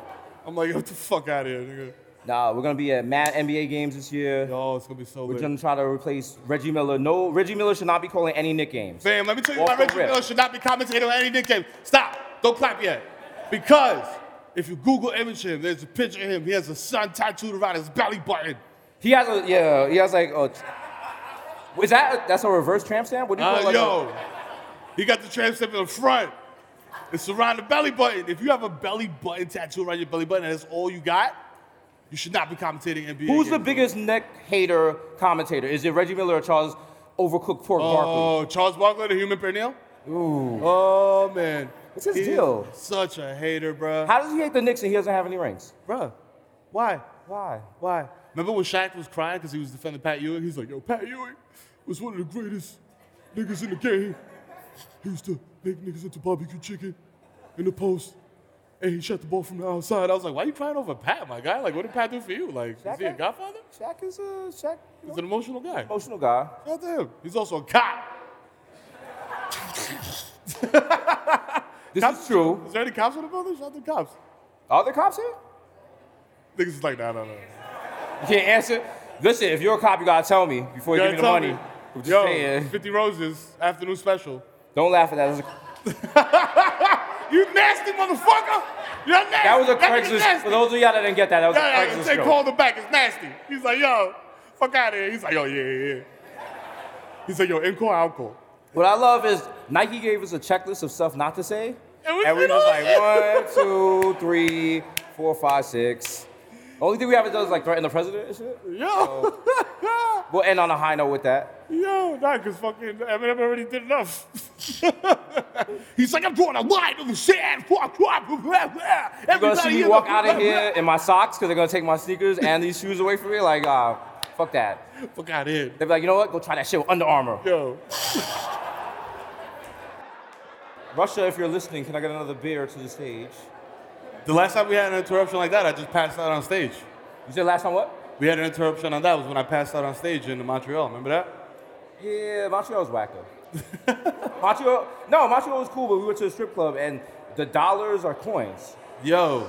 C: I'm like, get the fuck out of here, nigga.
B: Nah, we're gonna be at mad NBA games this year.
C: Yo, it's gonna be so
B: We're
C: lit.
B: gonna try to replace Reggie Miller. No, Reggie Miller should not be calling any Nick games.
C: Fam, let me tell you
B: Off
C: why
B: the
C: Reggie
B: rip.
C: Miller should not be commentating on any Nick game. Stop. Don't clap yet. Because if you Google image him, there's a picture of him. He has a sun tattooed around his belly button.
B: He has a yeah. He has like a. Is that that's a reverse tramp stamp? What do you call
C: Uh,
B: it? like a-
C: yo, he got the transcript in the front. It's around the belly button. If you have a belly button tattoo around your belly button and that's all you got, you should not be commentating NBA.
B: Who's the
C: games.
B: biggest Nick hater commentator? Is it Reggie Miller or Charles Overcooked Pork Barkley?
C: Oh, Charles Barkley, the human perennial? Ooh. Oh, man.
B: What's his
C: He is
B: deal?
C: Such a hater, bruh.
B: How does he hate the Knicks and he doesn't have any rings?
C: bruh, why?
B: Why?
C: Why? Remember when Shaq was crying because he was defending Pat Ewing? He's like, yo, Pat Ewing was one of the greatest niggas in the game. He used to make niggas into barbecue chicken in the post. And he shot the ball from the outside. I was like, why you crying over Pat, my guy? Like, what did Pat do for you? Like, is he a
B: Shaq-
C: godfather?
B: Shaq is a Shaq. you know,
C: He's an emotional guy.
B: emotional guy.
C: Shout out to him. He's also a cop.
B: This
C: Cops-
B: is true.
C: Is there any cops in the building? Shout out to the cops.
B: Are there cops here?
C: Niggas is like, nah, nah, nah.
B: You can't answer. Listen, if you're a cop, you gotta tell me before you,
C: You
B: give me the
C: gotta
B: money.
C: tell me.
B: I'm just
C: Yo,
B: saying.
C: 50 Roses, afternoon special.
B: Don't laugh at that. That's a-
C: You nasty motherfucker! You're nasty!
B: That was a
C: That nigga
B: Craigslist.
C: nasty.
B: For those of y'all that didn't get that, that was
C: Yeah,
B: a
C: yeah,
B: Craigslist
C: they
B: joke.
C: called him back. It's nasty. He's like, yo, fuck out of here. He's like, yo, yeah, yeah, yeah. He's like, yo, encore, encore.
B: What I love is Nike gave us a checklist of stuff not to say,
C: And we
B: and we
C: did
B: was
C: all
B: like one, two, three, four, five, six. Only thing we haven't done is like threaten the president and shit.
C: Yo,
B: We'll end on a high note with that.
C: yo, nah, cause fucking Eminem already did enough. He's like, I'm drawing a line in the sand. Fuck, fuck, blah, blah, blah.
B: You're gonna
C: Everybody
B: see me
C: in
B: walk
C: the-
B: out
C: blah,
B: of
C: blah.
B: here in my socks because they're gonna take my sneakers and these shoes away from me. Like, uh, fuck that.
C: Fuck out of here.
B: They'd be like, you know what? Go try that shit with Under Armour.
C: Yo,
B: Russia, if you're listening, can I get another beer to the stage?
C: the last time we had an interruption like that, I just passed out on stage.
B: You said last time what?
C: We had an interruption on that was when I passed out on stage in Montreal. Remember that?
B: Yeah, Montreal's wacko. Montreal, no, Montreal was cool, but we went to a strip club and the dollars are coins.
C: Yo,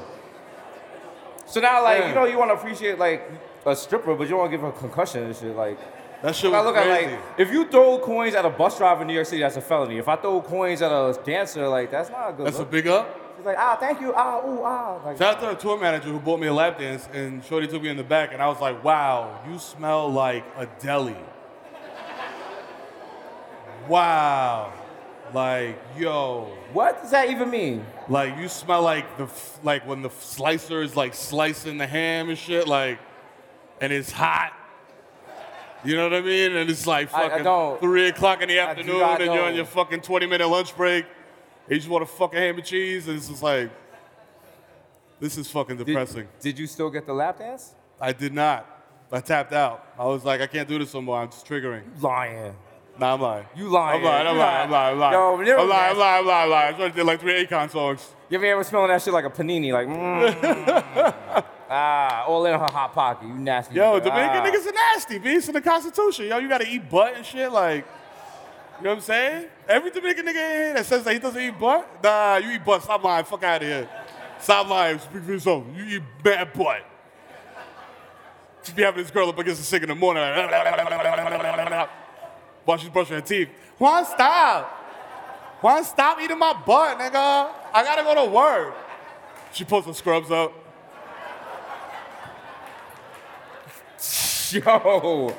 B: So now, like,
C: Yeah.
B: you know, you want to appreciate like a stripper, but you don't want to give her a concussion and shit. Like,
C: that shit
B: I
C: was
B: look
C: crazy.
B: at like, if you throw coins at a bus driver in New York City, that's a felony. If I throw coins at a dancer, like, that's not a good.
C: That's a
B: look.
C: big up.
B: She's like, ah, thank you, ah, ooh, ah. Like,
C: Shout out to our tour manager who bought me a lap dance, and Shorty took me in the back, and I was like, wow, you smell like a deli. Wow. Like, yo.
B: what does that even mean?
C: Like, you smell like the, f- like when the f- slicer is like slicing the ham and shit, like, and it's hot. You know what I mean? And it's like
B: I- I
C: fucking
B: don't-
C: three o'clock in the
B: do
C: afternoon,
B: not
C: and you're on
B: know.
C: your fucking 20 minute lunch break, and you just want a fucking ham and cheese, and it's just like, this is fucking
B: Did-
C: depressing.
B: Did you still get the lap dance?
C: I did not. I tapped out. I was like, I can't do this no more. I'm just triggering.
B: Lying.
C: Nah, I'm lying.
B: You lying.
C: I'm lying. I'm
B: You
C: lying. I'm lying. I'm lying.
B: Yo, you're
C: I'm lying.
B: nasty.
C: I'm lying. I'm lying. I'm lying. I tried to do like three Akon songs.
B: You ever ever smelling that shit like a panini? Like, mm. ah, all in her hot pocket. You nasty.
C: Yo,
B: nigga.
C: Dominican
B: Ah.
C: niggas are nasty. B. It's in the Constitution. Yo, you gotta eat butt and shit. Like, you know what I'm saying? Every Dominican nigga in here that says that he doesn't eat butt, nah, you eat butt. Stop lying. Fuck out of here. Stop lying. Speak for yourself. You eat bad butt. She be having this girl up against the sink in the morning. like, While she's brushing her teeth. Juan, stop. Juan, stop eating my butt, nigga. I gotta go to work. She pulls her scrubs up.
B: Yo.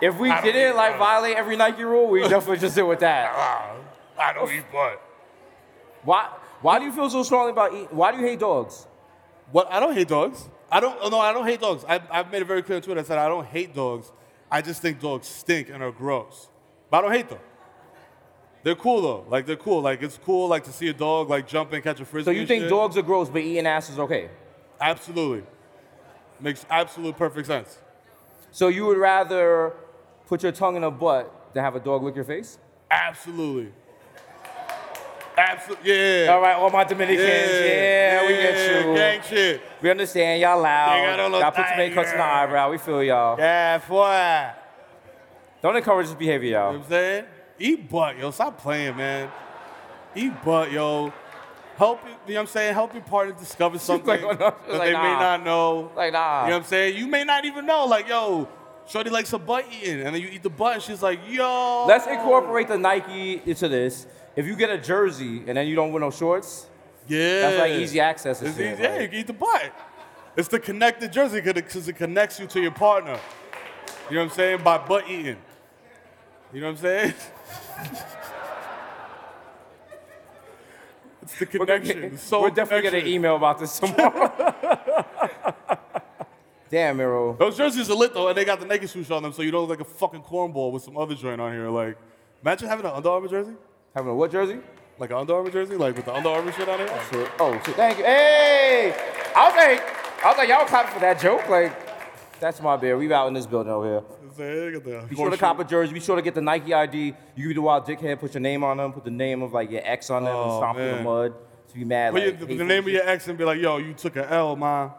B: If we
C: I don't
B: didn't
C: eat- I
B: like
C: don't-
B: violate every Nike rule, we definitely just did with that.
C: Ah, I don't eat butt.
B: Why? Why do you feel so strongly about eating? Why do you hate dogs?
C: What? I don't hate dogs. I don't. oh, No, I don't hate dogs. I, I've made it very clear on Twitter. I said I don't hate dogs. I just think dogs stink and are gross. But I don't hate them. They're cool though. Like they're cool. Like it's cool. Like to see a dog like jump and catch a frisbee.
B: So you
C: and
B: think
C: shit.
B: dogs are gross, but eating ass is okay?
C: Absolutely. Makes absolute perfect sense.
B: So you would rather put your tongue in a butt than have a dog lick your face?
C: Absolutely. Absolutely. Yeah.
B: All right, all my Dominicans, yeah, we get you.
C: Gang shit.
B: We understand y'all
C: They got a
B: loud.
C: little
B: Y'all put too many
C: tiger.
B: cuts in the eyebrow. We feel y'all.
C: Yeah, boy.
B: Don't encourage this behavior,
C: You know
B: y'all.
C: what I'm saying? Eat butt, yo. Stop playing, man. Eat butt, yo. help you know what I'm saying, help your partner discover something
B: like,
C: that
B: like,
C: they may
B: nah.
C: not know.
B: Like, nah.
C: You know what I'm saying? You may not even know, like, yo, Shorty likes a butt eating, and then you eat the butt, and she's like, yo.
B: Let's incorporate the Nike into this. If you get a jersey and then you don't wear no shorts,
C: Yeah.
B: that's like easy access and
C: It's
B: shit,
C: easy. Yeah,
B: like-
C: you can eat the butt. It's the connected jersey because it connects you to your partner. You know what I'm saying? By butt eating. You know what I'm saying? it's the
B: we're, gonna
C: connection.
B: get-
C: It's so
B: we're definitely
C: connection.
B: gonna email about this tomorrow. Damn, Miro.
C: Those jerseys are lit though, and they got the naked swoosh on them, so you don't look like a fucking cornball with some other joint on here. Like, imagine having an Under Armour jersey,
B: Having a what jersey?
C: like an Under Armour jersey, like with the Under Armour shit on it.
B: So- oh, so thank you. Hey, I was like, I was like, y'all clapping for that joke? Like, that's my beer. We out in this building over here. Be sure to cop a jersey. Be sure to get the Nike ID. You can be the wild dickhead. Put your name on them. Put the name of like your ex on them and
C: Oh,
B: stomp in the
C: man.
B: mud. To be mad.
C: Put your-
B: like,
C: the,
B: hateful
C: the name of
B: shit.
C: your ex and be like, yo, you took an L, ma.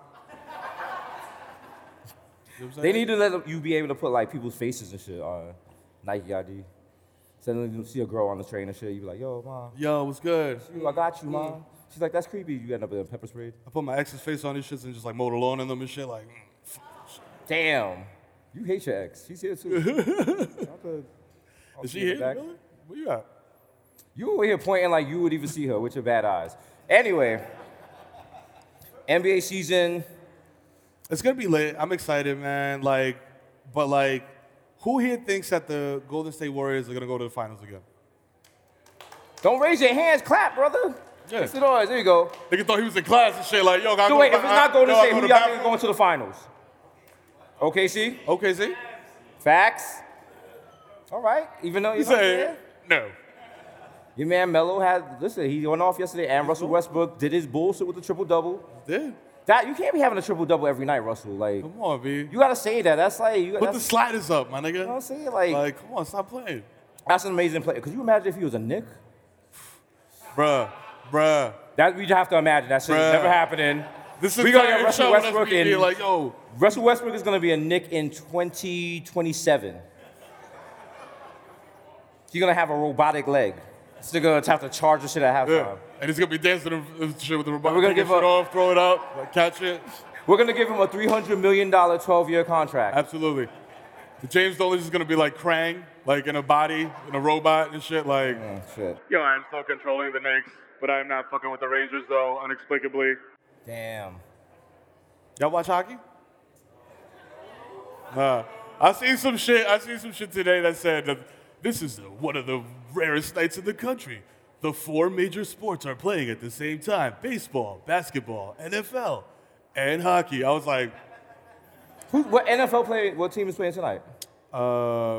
B: They need to let you be able to put like people's faces and shit on Nike ID. Suddenly you see a girl on the train and shit. You be like, yo, mom.
C: Yo, what's good?
B: She be like, I got you, mom. She's like, that's creepy. You end up in a pepper spray.
C: I put my ex's face on these shits and just like mowed the lawn in them and shit. Like, mm.
B: Damn. You hate your ex. She's here too. Y'all could- I'll
C: is Oh, she
B: see you
C: here?
B: in the back.
C: Really? Where you at?
B: You over here pointing like you would even see her with your bad eyes. Anyway, NBA season.
C: It's gonna be lit. I'm excited, man. Like, but like, who here thinks that the Golden State Warriors are gonna go to the finals again?
B: Don't raise your hands. Clap, brother.
C: Yeah.
B: Make some noise. There you go.
C: Nigga thought he was in class and shit. Like, yo, gotta
B: So
C: go
B: wait,
C: to
B: if it's
C: the-
B: not Golden
C: yo, I
B: State,
C: go
B: who
C: to
B: y'all
C: bathroom.
B: think is going to the finals? OKC.
C: Okay, see?
B: Facts. All right. Even though
C: He
B: you
C: said, no.
B: your man Melo had listen, he went off yesterday, and Russell Westbrook did his bullshit with the triple double.
C: Did.
B: That you can't be having a triple double every night, Russell. Like
C: Come on, B.
B: you gotta say that. That's like you.
C: Put the
B: That's,
C: sliders up, my
B: you know what I'm
C: nigga.
B: saying? Like,
C: Like, come on, stop playing.
B: that's an amazing player. Could you imagine if he was a Nick?
C: Bruh, bruh.
B: That we have to imagine. That shit's
C: Bruh.
B: never happening.
C: This
B: We gonna
C: entire
B: get Russell
C: show, let's
B: Westbrook
C: be
B: in-
C: like, yo,
B: Russell Westbrook is gonna be a Nick in 2027. He's gonna have a robotic leg. Still gonna have to charge the shit at halftime.
C: Yeah. And he's gonna be dancing and- and shit with the robot.
B: We're gonna give
C: Pick his shit
B: a-
C: off, throw it up, like, catch it.
B: We're gonna give him a $300 million 12 year contract.
C: Absolutely. James Dolan is gonna be like Krang, like in a body, in a robot and shit. Like,
B: Oh, shit.
C: yo, I'm still controlling the Knicks, but I'm not fucking with the Rangers though, inexplicably.
B: Damn.
C: Y'all watch hockey? Nah. I seen some shit. I seen some shit today that said that this is the, one of the rarest nights in the country. The four major sports are playing at the same time: baseball, basketball, NFL, and hockey. I was like,
B: Who, what NFL player, what team is playing tonight?
C: uh,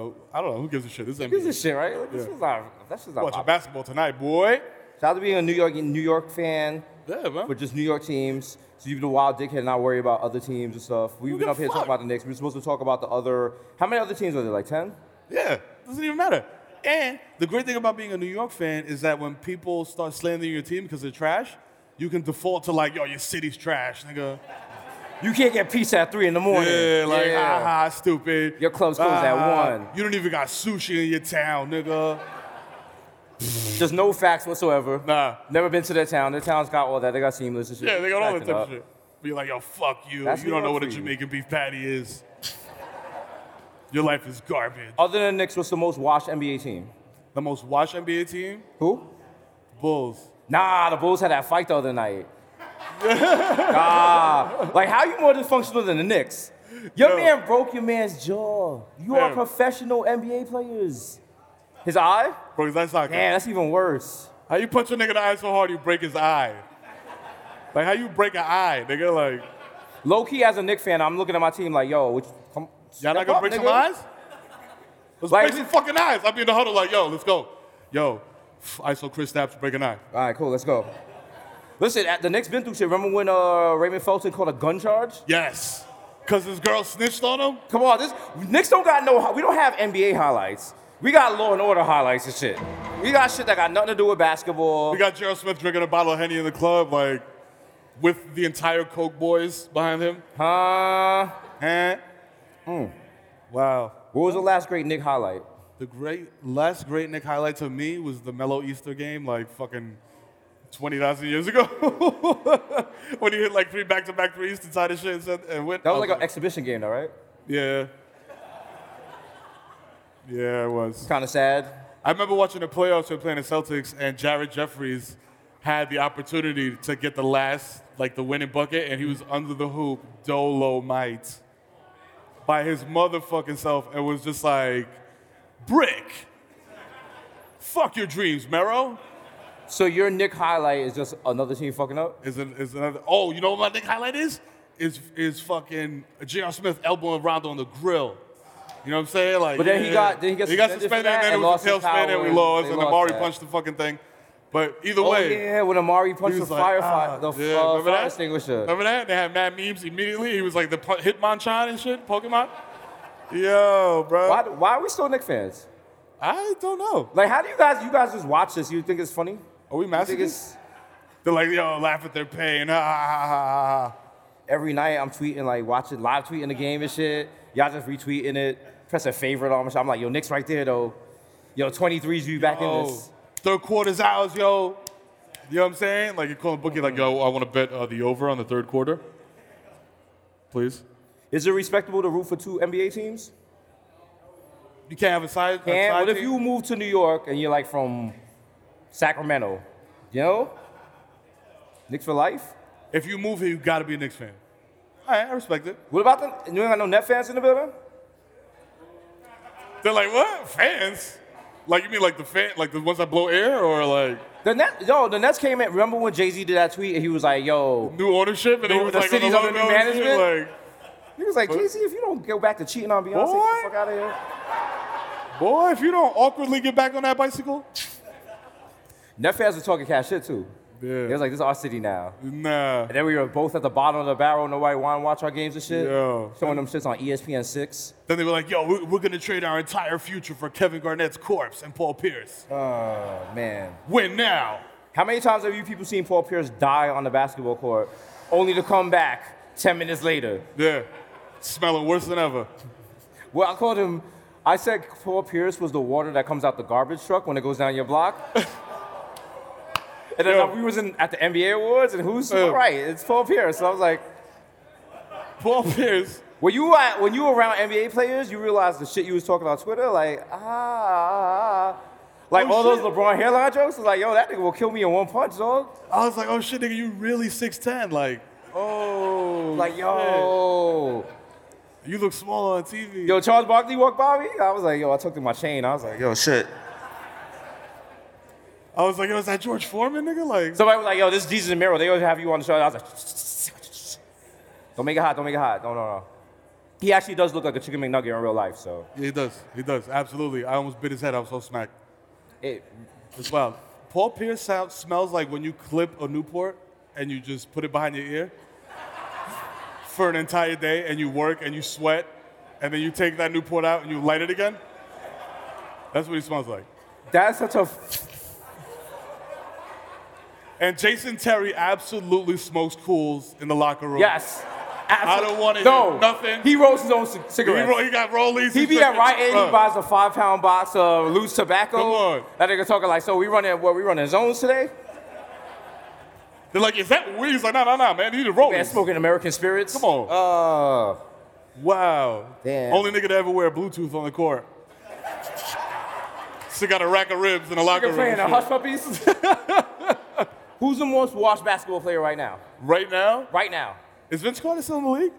C: I don't know. Who gives a shit? This is
B: This
C: NBA.
B: is shit, right? Like, this
C: Yeah.
B: is not, that's just not
C: Watching
B: popular.
C: basketball tonight, boy.
B: Shout out to being a New York, New York fan
C: Yeah, man.
B: for just New York teams. So you've been a wild dickhead and not worry about other teams and stuff. We've
C: Who
B: been
C: the
B: up here
C: fuck?
B: talking about the Knicks. We We're supposed to talk about the other, how many other teams are there? Like 10?
C: Yeah, doesn't even matter. And the great thing about being a New York fan is that when people start slandering your team because they're trash, you can default to like, yo, your city's trash, nigga.
B: You can't get pizza at 3 in the morning.
C: Yeah, like, uh-huh.
B: Yeah.
C: aha, stupid.
B: Your club's closed at
C: Ah,
B: one.
C: You don't even got sushi in your town, nigga.
B: Just no facts whatsoever.
C: Nah.
B: Never been to their town. Their town's got all that. They got seamless and shit.
C: Yeah, they got all that
B: Acting
C: type
B: up.
C: of shit. But you're like, yo, fuck you.
B: That's
C: you
B: New
C: don't know
B: York
C: what a
B: for you.
C: Jamaican beef patty is. Your life is garbage.
B: Other than Knicks, what's the most washed NBA team?
C: The most watched NBA team?
B: Who?
C: Bulls.
B: Nah, the Bulls had that fight the other night. nah, like how you more dysfunctional than the Knicks? Your
C: Yo.
B: man broke your man's jaw. You are
C: Damn.
B: professional NBA players. His eye?
C: Bro, that's not
B: Man, that's even worse.
C: How you punch a nigga in the eye so hard you break his eye? Like how you break an eye, nigga? Like
B: Low key, as a Knicks fan, I'm looking at my team like, yo, which, come,
C: y'all
B: step
C: not gonna
B: up,
C: break some
B: nigga.
C: eyes? Let's
B: Like-
C: break some fucking eyes. I'll be in the huddle like, yo, let's go. Yo, ISO Chris Stapps break an eye.
B: All right, cool, let's go. Listen, at the Knicks been through shit. Remember when uh, Raymond Felton called a gun charge?
C: Yes. Cause this girl snitched on him.
B: Come on, this Knicks don't got no. We don't have NBA highlights. We got Law and Order highlights and shit. We got shit that got nothing to do with basketball.
C: We got Gerald Smith drinking a bottle of Henny in the club, like with the entire Coke boys behind him.
B: Huh?
C: Eh.
B: hmm,
C: Wow.
B: What was the last great Nick highlight?
C: The great last great Nick highlight to me was the Mellow Easter game, like fucking 20,000 years ago when he hit like three back to back threes to tie the shit and, said, and went.
B: That
C: I
B: was like an exhibition game, though, right?
C: Yeah. Yeah, it was.
B: Kind of sad.
C: I remember watching the playoffs when playing the Celtics, and Jared Jeffries had the opportunity to get the last, like the winning bucket, and he was under the hoop, dolomite, by his motherfucking self, and was just like, brick. Fuck your dreams, Mero.
B: So your Nick highlight is just another team fucking up.
C: Is, an, is another. Oh, you know what my Nick highlight is? Is is fucking J.R. Smith elbowing Rondo on the grill. You know what I'm saying? Like,
B: But then he
C: yeah.
B: got- then he got
C: he got
B: suspended for
C: suspended,
B: that
C: and then
B: and
C: it was a
B: lost his
C: tailspin, and
B: power
C: we
B: and
C: lost,
B: they
C: and
B: lost
C: Amari
B: that.
C: punched the fucking thing. But either
B: Oh
C: way,
B: yeah, when Amari punched
C: he
B: the
C: was
B: fire,
C: like, ah,
B: the
C: yeah,
B: uh,
C: remember
B: fire
C: that?
B: extinguisher.
C: Remember that? They had mad memes immediately. He was like the pu- Hitmonchan and shit, Pokemon. Yo, bro.
B: Why, why are we still Nick fans?
C: I don't know.
B: Like, how do you guys? You guys just watch this? You think it's funny?
C: Are we
B: I think
C: masochists?
B: it's
C: They're like, yo, laugh at their pain. Ah, ah, ah, ah, ah.
B: every night I'm tweeting, like watching live tweeting the game and shit. Y'all just retweeting it, pressing favorite on my shit. I'm like, yo, Nick's right there though. Yo, 23's you back in
C: Oh,
B: this.
C: third quarter's ours, yo. You know what I'm saying? Like, you're calling Bookie, like, yo, I want to bet uh, the over on the third quarter. Please.
B: Is it respectable to root for two NBA teams?
C: You can't have a side. a
B: And
C: side
B: what if
C: team?
B: you move to New York and you're like from Sacramento? You know? Knicks for life?
C: If you move here, you got to be a Knicks fan. All right, I respect it.
B: What about the you ain't got no net fans in the building?
C: They're like, what? Fans? Like, you mean like the fan, like the ones that blow air or like
B: The net yo, the Nets came in. Remember when Jay-Z did that tweet and he was like, yo,
C: new ownership? And
B: The-
C: he was
B: the
C: like, on
B: cities under new
C: logo and shit,
B: management?
C: Like,
B: he was like, Jay-Z, if you don't go back to cheating on Beyonce, get the
C: Boy.
B: fuck out of here.
C: boy, if you don't awkwardly get back on that bicycle,
B: Net fans were talking cash shit too.
C: Yeah.
B: It was like, this is our city now.
C: nah.
B: And then we were both at the bottom of the barrel. Nobody wanted to watch our games and shit.
C: Yo.
B: Showing them shits on E ESPN 6.
C: Then they were like, yo, we're, we're gonna trade our entire future for Kevin Garnett's corpse and Paul Pierce.
B: Oh, man.
C: Win now.
B: How many times have you people seen Paul Pierce die on the basketball court only to come back 10 minutes later?
C: Yeah, smelling worse than ever.
B: Well, I called him, I said Paul Pierce was the water that comes out the garbage truck when it goes down your block. and then
C: Yo.
B: we was in, at the NBA Awards, and who's
C: Yeah.
B: right? It's Paul Pierce. So I was like,
C: Paul Pierce.
B: when you at, when you around NBA players, you realize the shit you was talking on Twitter, like ah, ah, ah. like
C: Oh,
B: all
C: shit.
B: those LeBron hairline jokes. It's like, yo, that nigga will kill me in one punch, dog.
C: I was like, oh shit, nigga, you really 6'10. Like, oh.
B: Like, yo.
C: shit. You look small on TV.
B: Yo, Charles Barkley walked by me. I was like, yo, I took to my chain. I was like, yo, shit.
C: I was like, yo, is that George Foreman, nigga? Like,
B: Somebody was like, yo, this is Jesus and Mero. They always have you on the show. I was like, don't make it hot. Don't make it hot. No, no, no. He actually does look like a chicken McNugget in real life. So
C: Yeah, he does. He does. Absolutely. I almost bit his head. I was so smacked.
B: it,
C: It's wild. Paul Pierce sound, smells like when you clip a Newport and you just put it behind your ear for an entire day and you work and you sweat and then you take that Newport out and you light it again. That's what he smells like.
B: that's such a. F-
C: And Jason Terry absolutely smokes cools in the locker room.
B: yes. Absolutely.
C: don't wanna
B: no.
C: hear nothing.
B: He rolls his own c-
C: He,
B: cigarettes.
C: ro- he got rollies.
B: He
C: and
B: be
C: shit.
B: at Rite Aid, he
C: Bruh.
B: buys a five pound box of loose tobacco.
C: Uh. Come on.
B: That nigga talking like, so we running what we running zones today?
C: They're like, is that weed? He's like, no, no, no, man. You need to roll
B: Man, smoking American spirits.
C: Come on.
B: Uh,
C: Wow.
B: Damn.
C: Only nigga to ever wear Bluetooth on the court. Still got a rack of ribs in the
B: nigga
C: locker room.
B: playing
C: and
B: the
C: shit.
B: hush puppies. Who's the most washed basketball player right now?
C: Right now,
B: Right now.
C: is Vince Carter still in the league?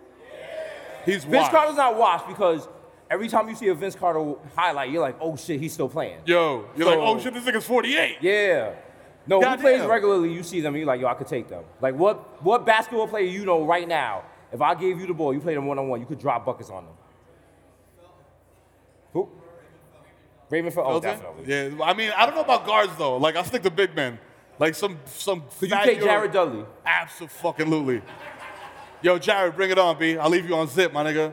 C: He's
B: Vince
C: washed.
B: Carter's not washed because every time you see a Vince Carter highlight, you're like, oh shit, he's still playing.
C: Yo, you're like,
B: So-
C: oh shit, this nigga's 48.
B: Yeah. No, who
C: Goddamn.
B: plays regularly, you see them, you're like, yo, I could take them. Like, what, what basketball player you know right now, if I gave you the ball, you played them one on one, you could drop buckets on them? Who? Raymond Felton? Oh,
C: Okay?
B: definitely.
C: Yeah, I mean, I don't know about guards though. Like, I stick to big men. Like some some.
B: Could you take Jared Dudley?
C: Absolutely. Yo, Jared, bring it on, B. I'll leave you on zip, my nigga.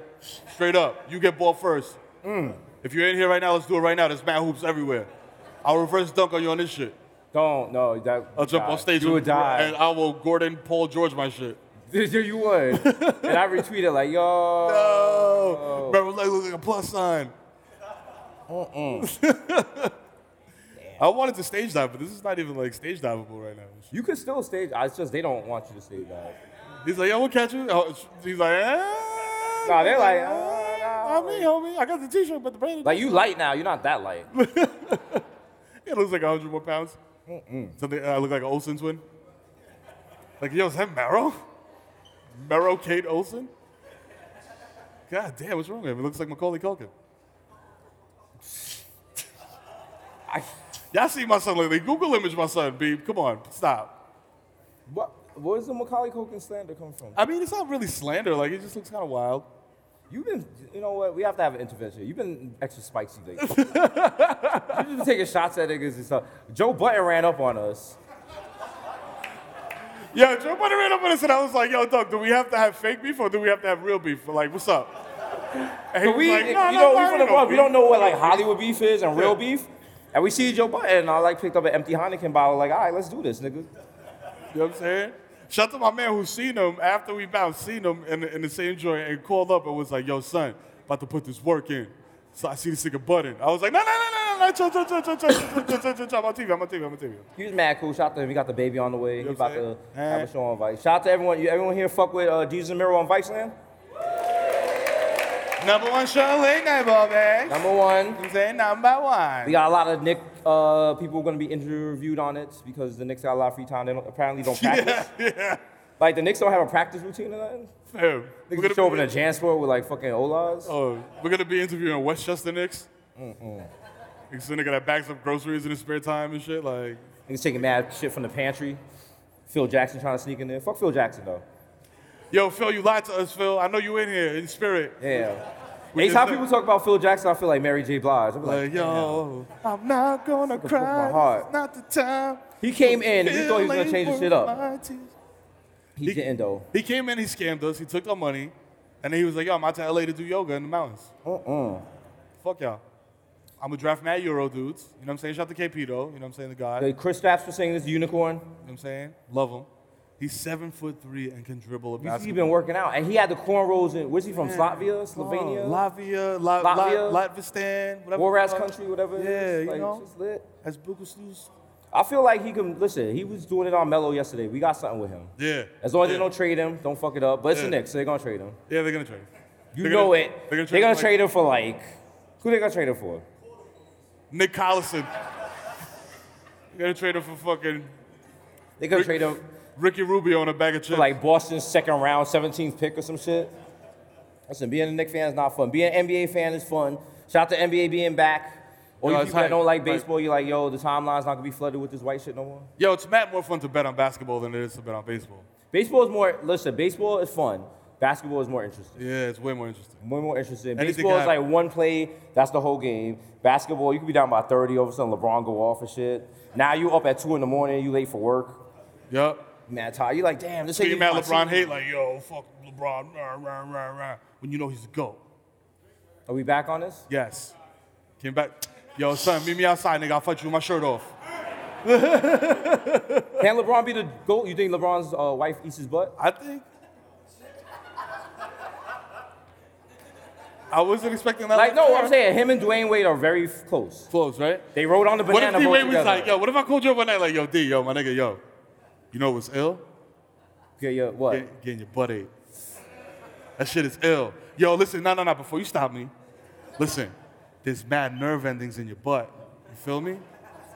C: Straight up. You get ball first.
B: Mm.
C: If you're in here right now, let's do it right now. There's mad hoops everywhere. I'll reverse dunk on you on this shit.
B: Don't, no. That,
C: I'll jump
B: die.
C: on stage
B: You would
C: and, and
B: die.
C: I will Gordon Paul George my shit.
B: Yeah, you would. and I retweeted, like, yo.
C: Oh, remember like, look like a plus sign. I wanted to stage dive, but this is not even like stage diveable right now.
B: You could still stage. I- It's just they don't want you to stage dive.
C: He's like, yo, we'll catch you. Oh, sh- He's like, eh.
B: Nah, they're like, uh,
C: I mean, homie, I got the t-shirt, but the brand.
B: Like you light now. You're not that light.
C: It looks like 100 more pounds. Something I look like an Olsen twin. Like, yo, is that Mero? Mero Kate Olsen? God damn, what's wrong with him? It looks like Macaulay Culkin.
B: I,
C: Y'all see my son lately. Google image my son, B. Come on, stop.
B: what? Where's the Macaulay Culkin slander come from?
C: I mean, it's not really slander. Like, it just looks kind of wild.
B: You've been, you know what? We have to have an intervention. You've been extra spicy lately. You've been taking shots at niggas and stuff. Joe Button ran up on us.
C: Yo, Joe Budden ran up on us and I was like, yo, Doug, do we have to have fake beef or do we have to have real beef? Like, what's up? And he
B: But
C: was
B: we,
C: like,
B: you
C: "Nah, nah,
B: know,
C: nah,
B: we from the
C: no
B: Bronx. We
C: beef."
B: don't know what like Hollywood beef is and real
C: Yeah.
B: beef. And we see Joe Button, and I like picked up an empty Heineken bottle. Like, all right, let's do this, nigga.
C: You know what I'm saying? Shout out to my man who seen him after we bounced, seen him in, in the same joint and called up and was like, yo, son, about to put this work in. So I see this nigga button. I was like, no, no, no, no, no, no, chill, chill, chill, chill, chill, chill, chill, chill, chill, chill. I'm on TV, I'm on TV, I'm on TV.
B: He was mad cool. Shout out to him. He got the baby on the way. He
C: know
B: about
C: what I'm
B: to
C: saying?
B: have a show on Vice. Shout out to everyone. You, everyone here fuck with uh, Jesus and Miro on Vice Land.
C: Number one show, late night ball, man.
B: Number one.
C: I'm saying number
B: We
C: one.
B: got a lot of Nick uh, people going to be interviewed on it because the Knicks got a lot of free time. They don't, apparently don't practice.
C: Yeah, yeah.
B: Like the Knicks don't have a practice routine or nothing.
C: Fam,
B: Niggas
C: We're
B: just show up in a
C: gonna, be,
B: jam sport with like fucking Olas.
C: oh, we're gonna be interviewing Westchester Knicks. It's a nigga that bags up groceries in his spare time and shit. Like,
B: Niggas taking mad shit from the pantry. Phil Jackson trying to sneak in there. Fuck Phil Jackson though.
C: yo, Phil, you lied to us, Phil. I know you in here in spirit.
B: Yeah.
C: Which is
B: Anytime
C: the-
B: people talk about Phil Jackson, I feel like Mary J. Blige. I'm like,
C: Like, yo, I'm not gonna
B: broke my
C: cry.
B: heart.
C: It's not the time.
B: he came in and he thought he was gonna change the shit up. He
C: He-
B: didn't though.
C: He came in, he scammed us, he took our money, and then he was like, yo, I'm out to LA to do yoga in the mountains.
B: Mm-mm.
C: Fuck y'all. I'm gonna draft mad Euro dudes. You know what I'm saying? Shout out to KP though. You know what I'm saying? The guy. You know
B: Like, Uh, Chris Stapps was saying this unicorn.
C: what I'm saying? Love him. He's seven foot three and can dribble a
B: He's
C: basketball.
B: been working out, and he had the cornrows in. Where's he from? Slovakia, Slovenia,
C: Oh, Latvia, La-
B: Latvia.
C: La- Latvistan, whatever.
B: Warras
C: the fuck.
B: country, whatever. it
C: Yeah,
B: is.
C: you
B: Like,
C: know.
B: shit's lit.
C: Has Bukustus.
B: I feel like he can listen. He was doing it on Mello yesterday. We got something with him.
C: Yeah.
B: As long as
C: Yeah.
B: they don't trade him, don't fuck it up. But it's the
C: Yeah.
B: Knicks, so they're gonna trade him.
C: Yeah, they're gonna trade.
B: You
C: They're
B: know
C: gonna-
B: it.
C: they're gonna
B: They're gonna
C: trade
B: trade him for like who they gonna trade him for?
C: Nick Collison. You gotta trade him for fucking
B: They're gonna
C: Rick-
B: trade him
C: Ricky Rubio on a bag of
B: for
C: chips.
B: like Boston's second round, 17th pick or some shit. Listen, being a Knicks fan is not fun. Being an NBA fan is fun. Shout out to NBA being back. Or
C: Yo,
B: you
C: it's
B: people that
C: hype.
B: don't like
C: Hype.
B: baseball, you're like, yo, the timeline's not gonna be flooded with this white shit no more.
C: Yo, it's mad more fun to bet on basketball than it is to bet on baseball.
B: Baseball is more. Listen, baseball is fun. Basketball is more interesting.
C: Yeah, it's way more interesting.
B: Way more interesting.
C: Anything
B: Baseball
C: can
B: is like one play, that's the whole game. Basketball, you could be down by 30, all of a sudden LeBron go off and shit. Now you up at 2 in the morning, you late for work.
C: Yup.
B: Mad tired. You like, damn, this
C: So
B: ain't
C: you
B: even
C: mad
B: my
C: LeBron
B: team.
C: hate like, yo, fuck LeBron, rah, rah, rah, rah, when you know he's a GOAT.
B: Are we back on this?
C: Yes. Came back. Yo, son, meet me outside, nigga. I'll fight you with my shirt off.
B: Can LeBron be the GOAT? You think LeBron's uh, wife eats his butt?
C: I think. I wasn't expecting that.
B: Like, no,
C: before.
B: I'm saying him and Dwayne Wade are very f- close.
C: Close, right?
B: They rode on the
C: What
B: banana
C: if D
B: boat
C: Wade was
B: together.
C: like, yo, what if I called you up one night, like, yo, D, yo, my nigga, yo, you know what's ill?
B: yeah, yeah, what?
C: Get- getting your butt ate. That shit is ill. Yo, listen, no, no, no, before you stop me, listen, there's mad nerve endings in your butt. You feel me?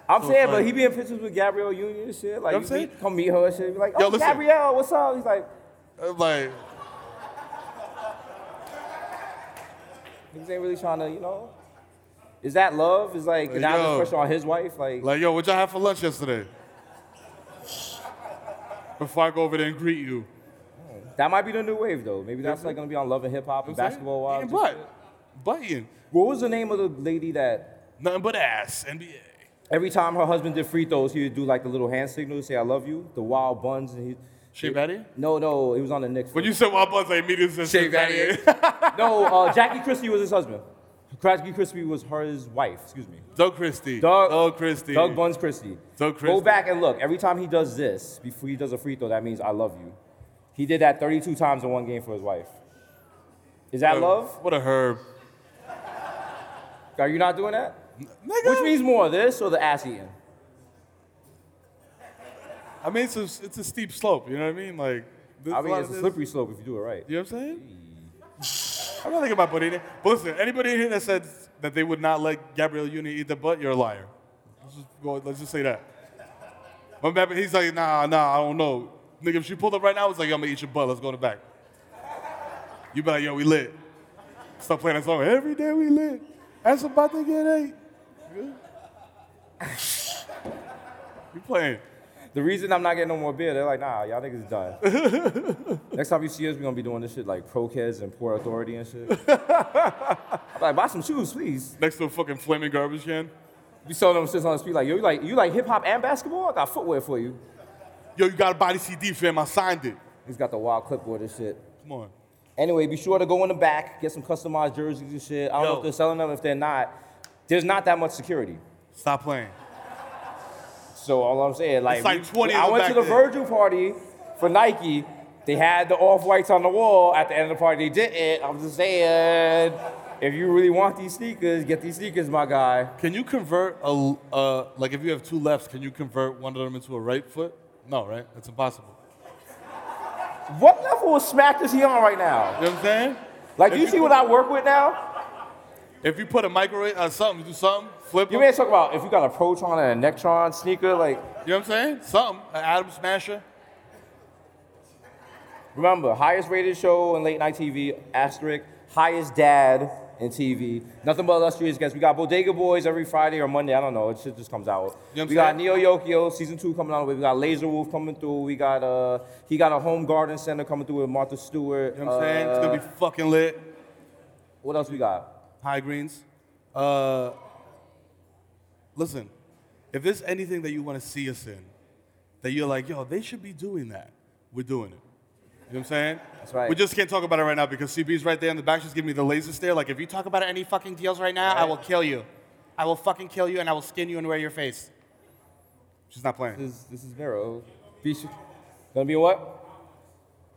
B: I'm
C: so
B: saying, but
C: funny.
B: he be in pictures with Gabrielle Union and shit. Like, you
C: You know what I'm
B: meet-
C: saying?
B: come meet her and shit. Be like,
C: Yo,
B: oh,
C: listen.
B: Gabrielle, what's up? He's like,
C: I'm like,
B: niggas ain't really trying to, you know. Is that love? Is like,
C: Like,
B: now
C: yo.
B: there's pressure on his wife? Like,
C: like, yo, what y'all have for lunch yesterday? Before I go over there and greet you.
B: that might be the new wave, though. Maybe that's like gonna be on Love and Hip Hop and
C: You know what I'm saying?
B: basketball wise.
C: Eating butt. Butt eating.
B: What was the name of the lady that
C: Nothing but ass. NBA.
B: every time her husband did free throws, he would do like the little hand signal to say, I love you? The wild buns. and he,
C: Shea Batty?
B: No, no, he was on the Knicks.
C: When you said wild buns, I immediately said Shea Batty.
B: no, uh, Jackie Christie was his husband. Jackie Christie was her his wife, excuse me.
C: Doug Christie.
B: Doug,
C: Doug Christie.
B: Doug Buns Christie.
C: Doug
B: Go
C: Christie.
B: back and look. Every time he does this, before he does a free throw, that means I love you. He did that 32 times in one game for his wife. Is that love?
C: What a herb.
B: Are you not doing that?
C: Nigga.
B: Which means more, this or the ass eating?
C: I mean, it's a, it's a steep slope. You know what I mean? Like, this
B: I mean,
C: lot
B: it's
C: of
B: a
C: this-
B: slippery slope if you do it right.
C: You know what I'm saying? I'm not thinking about putting it. But listen, anybody in here that said that they would not let Gabrielle Union eat the butt, you're a liar. Let's just, go, let's just say that. But remember, he's like, nah, nah, I don't know. Nigga, if she pulled up right now, it's like, yo, I'm gonna eat your butt. Let's go to the back. You be like, yo, we lit. Stop playing that song. Every day we lit. That's about to get eight. you playing.
B: The reason I'm not getting no more beer, they're like, nah, y'all niggas done. Next time you see us, we're gonna be doing this shit like pro kids and poor authority and shit. I'm like, buy some shoes, please.
C: Next to a fucking flaming garbage can.
B: You saw them shits on the street, like, yo, you like you like hip hop and basketball? I got footwear for you.
C: Yo, you got a body CD, fam. I signed it.
B: He's got the wild clipboard and shit.
C: Come on.
B: Anyway, be sure to go in the back, get some customized jerseys and shit. I don't know
C: Yo.
B: if they're selling them. If they're not, there's not that much security.
C: Stop playing.
B: So all I'm saying, like,
C: like
B: we-
C: 20
B: I
C: of them
B: went to the
C: back there.
B: Virgil party for Nike. They had the off whites on the wall. At the end of the party, they didn't. I'm just saying, if you really want these sneakers, get these sneakers, my guy.
C: Can you convert a uh, like if you have two lefts? Can you convert one of them into a right foot? No, right? That's impossible.
B: What level of smack is he on right now?
C: You know what I'm saying?
B: Like, do
C: If
B: you
C: you
B: see
C: put-
B: what I work with now?
C: If you put a microwave on something, you do something, flip it.
B: You
C: You,
B: man talk about if you got a Protron and a Nectron sneaker, like.
C: know what I'm saying? Something, an atom smasher.
B: Remember, highest rated show in late night TV, asterisk, highest dad in TV. Nothing but illustrious guests. We got Bodega Boys every Friday or Monday. I don't know. It shit just comes out.
C: You know what I'm
B: we got
C: saying?
B: Neo Yokio season two coming out. We got Laser Wolf coming through. We got uh, he got a home garden center coming through with Martha Stewart.
C: You know what I'm saying? It's
B: Uh,
C: gonna be fucking lit.
B: what else we got?
C: High greens. Uh, listen, if there's anything that you want to see us in, that you're like, yo, they should be doing that, we're doing it. You know what I'm saying? That's
B: right.
C: We just can't talk about it right now because CB's right there in the back. She's giving me the laser stare. Like, if you talk about any fucking deals right now, I will kill you. I will fucking kill you and I will skin you and wear your face. She's not playing.
B: This is this is Vero. Be su- Gonna be what?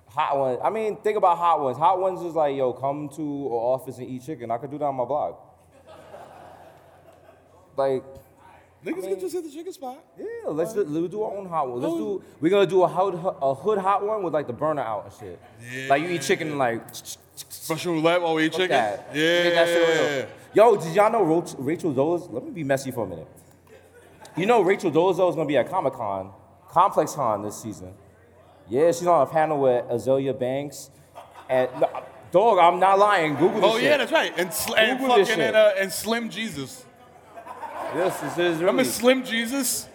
B: Hot ones. I mean, think about hot ones. Hot ones is like, yo, come to our office and eat chicken. I could do that on my blog. Like,
C: Niggas can just hit the chicken spot.
B: Yeah, let's do, let's do our own hot one. Let's do. We're gonna do a hood, a hood hot one with like the burner out and shit. Like you eat chicken and like
C: Russian roulette while we eat chicken.
B: that.
C: Yeah.
B: Make that shit real. Yo, did y'all know Ro- Rachel Dolezal? Let me be messy for a minute. You know Rachel Dolezal is gonna be at Comic Con, Complex Con this season. Yeah, she's on a panel with Azalea Banks. And no, dog, I'm not lying. Google this
C: Oh
B: shit.
C: yeah, that's right. And, sl- and
B: Google this
C: fucking
B: shit.
C: and, uh, and Slim Jesus.
B: Yes, this is really.
C: Remember Slim Jesus?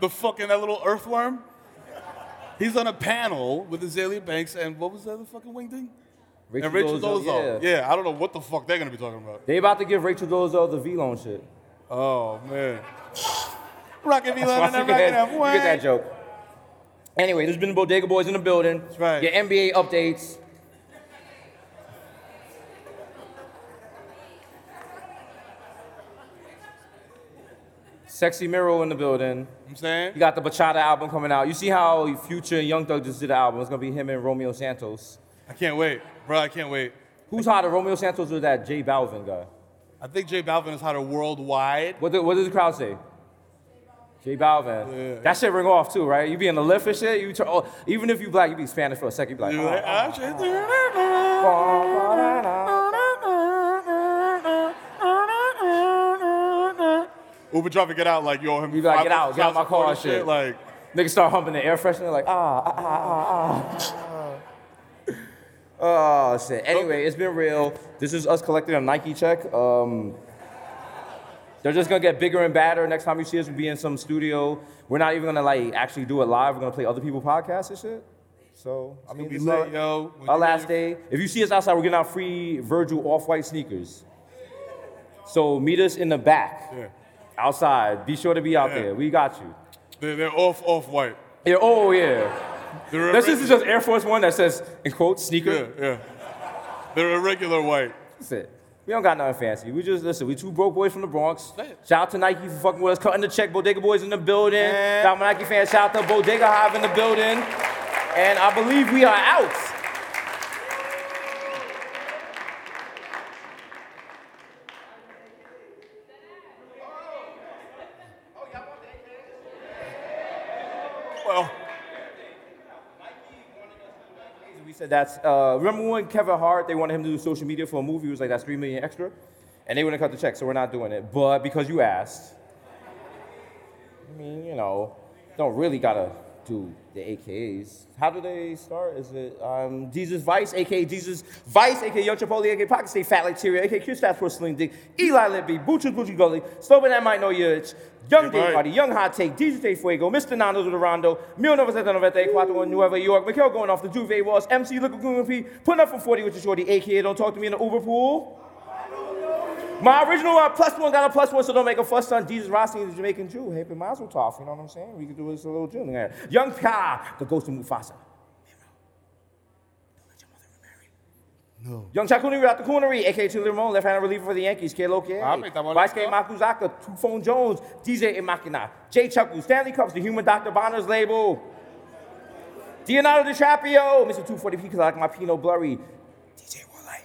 C: The fucking that little earthworm? He's on a panel with Azalea Banks and what was the other fucking wing thing? and Rachel Dolezal. Yeah. I don't know what the fuck they're gonna be talking about.
B: They about to give Rachel Dolezal the V loan shit.
C: Oh man. Rockin' V
B: That's
C: London,
B: why you get
C: I'm
B: that-
C: rockin' that
B: you get that
C: way.
B: joke. Anyway, there's been the Bodega Boys in the building. That's
C: right.
B: Your NBA updates. Sexy Miro in the building.
C: I'm
B: You
C: saying?
B: got the Bachata album coming out. You see how Future and Young Thug just did the album. It's gonna be him and Romeo Santos.
C: I can't wait. Bro, I can't wait.
B: Who's hotter, Romeo Santos or that J Balvin guy?
C: I think Jay Balvin is hotter worldwide.
B: What, did what does the crowd say? J Balvin. That shit ring off too, right? You be in the lift and shit. You turn, oh, even if you black, you be Spanish for a second. You be like,
C: You're like,
B: "Ah,
C: "Ah, shit." That's Uber driver, get out. Like, yo, him.
B: You be like,
C: five
B: "Get out, get out my car,"
C: and
B: shit.
C: Like,
B: ah." niggas start humping the air freshener, like ah ah ah ah ah. Oh shit. Anyway, it's been real. This is us collecting a Nike check. Um, they're just gonna get bigger and badder. Next time you see us, we'll be in some studio. We're not even gonna like actually do it live. We're gonna play other people's podcasts and shit. So I mean,
C: be
B: this is our-
C: lit, yo. When
B: Our
C: you
B: last
C: leave-
B: day. If you see us outside, we're getting out free Virgil off-white sneakers. So meet us in the back,
C: Yeah.
B: outside. Be sure to be out there. We got you.
C: they're, they're off, off white.
B: Yeah, oh yeah.
C: They're
B: This
C: irre-
B: is just Air Force One that says, in quotes,
C: Yeah,
B: sneaker.
C: yeah. They're irregular white.
B: That's it. We don't got nothing fancy. We just, listen, we two broke boys from the Bronx.
C: That's it.
B: Shout out to Nike for fucking with us, cutting the check. Bodega Boys in the building.
C: Yeah.
B: Shout out to Nike fans. Shout out to Bodega Hive in the building. And I believe we are out.
C: well,
B: We said that's, uh, remember when Kevin Hart, they wanted him to do social media for a movie? It was like, that's 3 million extra. And they wouldn't cut the check, so we're not doing it. But because you asked, I mean, you know, don't really gotta do the AKAs. How do they start? Is it um, Jesus Vice, aka Jesus Vice, aka Yo Chipotle, aka Pocket State Fat Lacteria, aka Q Stats for Sling Dick, Eli Libby, Boochus Boochie Gully, Slobin That Might Know Yurch, Young
C: You're
B: Day
C: right.
B: Party, Young Hot Take, DJ De Fuego, Mr. Nando's with the Rondo, Mil Novas at the Novete, Cuatro in Nueva York, Mikel going off the Juve Walls, MC Little Goon P, putting up from 40 with your shorty, aka Don't Talk to Me in the Uber Pool. My original uh, plus one got a plus one, so don't make a fuss on Jesus Rossi and the Jamaican Jew. Hey, but Mazel Tov, you know what I'm saying? We could do this a little Jew. Yeah. Young Pia, the ghost of Mufasa. No. Young Chakuni without the Coonery, aka Chili Ramon, left-handed reliever for the Yankees, K. Loki,
D: Ah, pero estamos
B: Vice K.
D: listos.
B: Makuzaka, Tufone Jones, DJ Imakina, Jay Chuckle, Stanley Cups, the human Dr. Bonner's label, Leonardo DiCaprio, Mr. 240p, because I like my Pinot Blurry,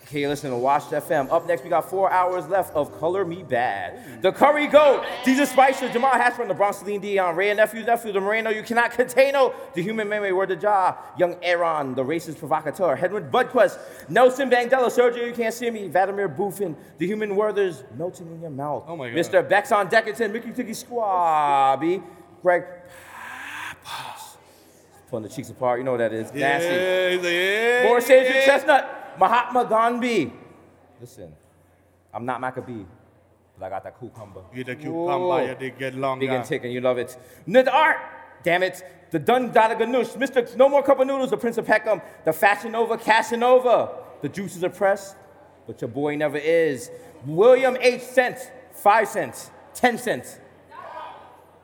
B: Okay, listen to Watch FM. Up next, we got four hours left of Color Me Bad. The Curry Goat, Jesus Spicer, Jamal Hatch from the Bronx, Celine Dion, Ray and Nephew, Nephew, the Moreno, You Cannot Containo, the Human Meme, Word the Jaw, Young Aaron, the Racist Provocateur, Hedwin Budquest, Nelson Mandela, Sergio, You Can't See Me, Vladimir Bufin, the Human Werthers, Melting in Your Mouth,
C: Oh my God.
B: Mr. Bexon Deckerton, Mickey Ticky Squabby, Greg. Pulling the cheeks apart, you know what that is. Nasty.
C: yeah, he's like, yeah,
B: Boris Sage
C: yeah.
B: Chestnut, Mahatma Gandhi. Listen, I'm not Maccabee, but I got that cucumber.
C: You the
B: Whoa.
C: cucumber, you did get long.
B: Big
C: guy.
B: and thick, and you love it. Nid Art, damn it. The Dun Dada Ganoush, Mr. No More Cup of Noodles, the Prince of Peckham, the Fashion Nova Casanova. The juices are pressed, but your boy never is. William H. Cent, 5 cents, 10 cents.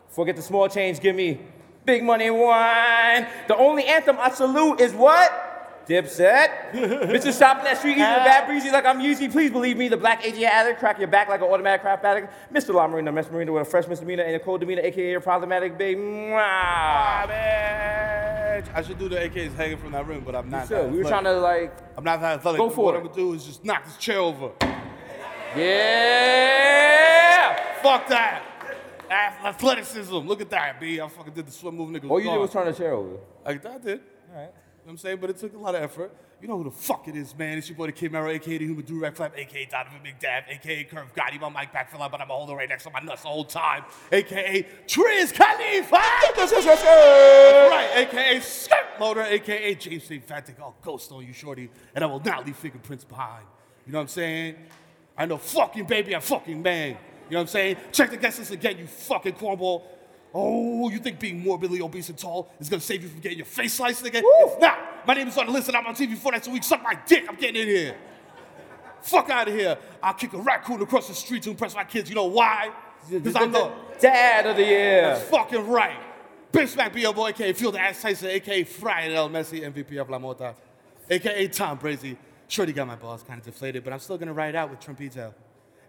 B: Forget the small change, give me big money wine. The only anthem I salute is what? Dipset. Mr. Shopping that street, eating the bad breezy like I'm Yeezy. Please believe me, the black AG addict, crack your back like an automatic craft addict. Mr. La Marina, Miss Marina with a fresh misdemeanor and a cold demeanor, aka your problematic babe. Mwah.
C: Savage. I should do the AKs hanging from that room, but I'm not.
B: So,
C: that
B: we were trying
C: athletic.
B: to like,
C: I'm not that athletic.
B: Go
C: but
B: for
C: what
B: it.
C: I'm gonna do is just knock this chair over.
B: yeah.
C: Fuck that. Ath- Athleticism. Look at that, B. I fucking did the swim move, nigga.
B: All you did
C: gone.
B: was turn the chair over.
C: Like I did. All right. You know what I'm saying? But it took a lot of effort. You know who the fuck it is, man. It's your boy, the Kid Mero, a.k.a. the Human Durag Flap, a.k.a. Donovan McDab, a.k.a. Curve Gotti, my mic back fell out, but I'm a holder right next to my nuts the whole time, a.k.a. Triz Khalifa. right, a.k.a. Skirt Motor, a.k.a. James St. Fantic. I'll ghost on you, shorty, and I will not leave fingerprints behind. You know what I'm saying? I know fucking baby, I'm fucking man. You know what I'm saying? Check the guest list again, you fucking cornball. Oh, you think being morbidly obese and tall is gonna save you from getting your face sliced, nigga? It's not. My name is on the list and I'm on TV four nights a week. Suck my dick. I'm getting in here. Fuck out of here. I'll kick a raccoon across the street to impress my kids. You know why? Because I'm the
B: dad of the year.
C: fucking right. Bitch Mac be your boy, aka Field Ass Tyson, aka Fried El Messi, MVP of La Mota, aka Tom Brazy. Shorty got my balls kind of deflated, but I'm still gonna ride out with Trumpito.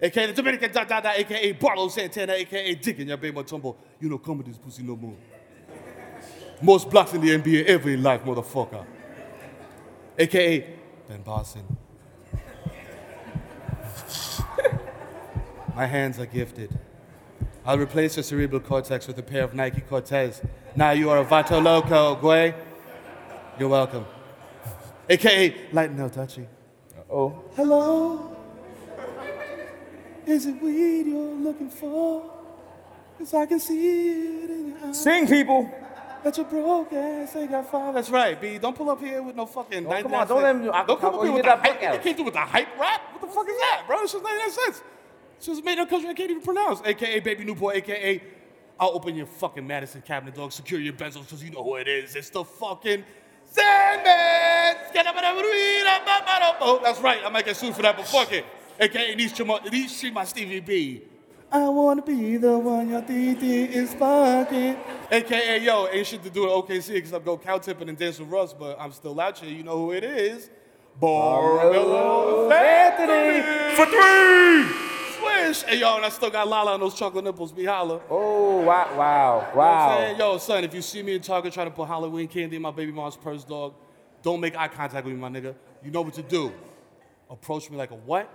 C: AKA the Dominican dot dot dot, aka Barlow Santana, aka Dick in your baby tumble. You know, come with this pussy no more. Most blocks in the NBA ever in life, motherfucker. AKA Ben Boston. my hands are gifted. I'll replace your cerebral cortex with a pair of Nike Cortez. Now you are a Vato Loco, güey. You're welcome. AKA Lighten El Touchy.
B: Oh,
C: Hello? Is it weed you're looking for? Cause I can see it in your eyes.
B: sing people.
C: That you broke ass ain't got five. That's right, B. Don't pull up here with no fucking.
B: Don't- Oh, come
C: 99
B: on, don't let him do- I-
C: Don't come
B: I-
C: up
B: he
C: here with
B: did
C: that
B: that
C: hype. You
B: podcast.
C: can't do with the hype rap. What the fuck is that, bro? It's just 99 cents. It's just made up country I can't even pronounce. AKA Baby Newport, AKA I'll open your fucking Madison cabinet, dog. Secure your benzos because you know who it is. It's the fucking Sandman. Oh, that's right. I might get sued for that, but fuck it. AKA Nishima, Nishima Stevie B. I wanna be the one your DD is fucking. AKA, yo, ain't shit to do at OKC except go cow tipping and dance with Russ, but I'm still out here. You know who it is. Barmelo
B: Anthony.
C: for three. Swish. Hey, yo, and I still got Lala on those chocolate nipples. Be holla.
B: Oh, wow, wow,
C: I'm
B: wow.
C: saying, yo, son, if you see me in Target trying to put Halloween candy in my baby mom's purse, dog, don't make eye contact with me, my nigga. You know what to do. Approach me like a what?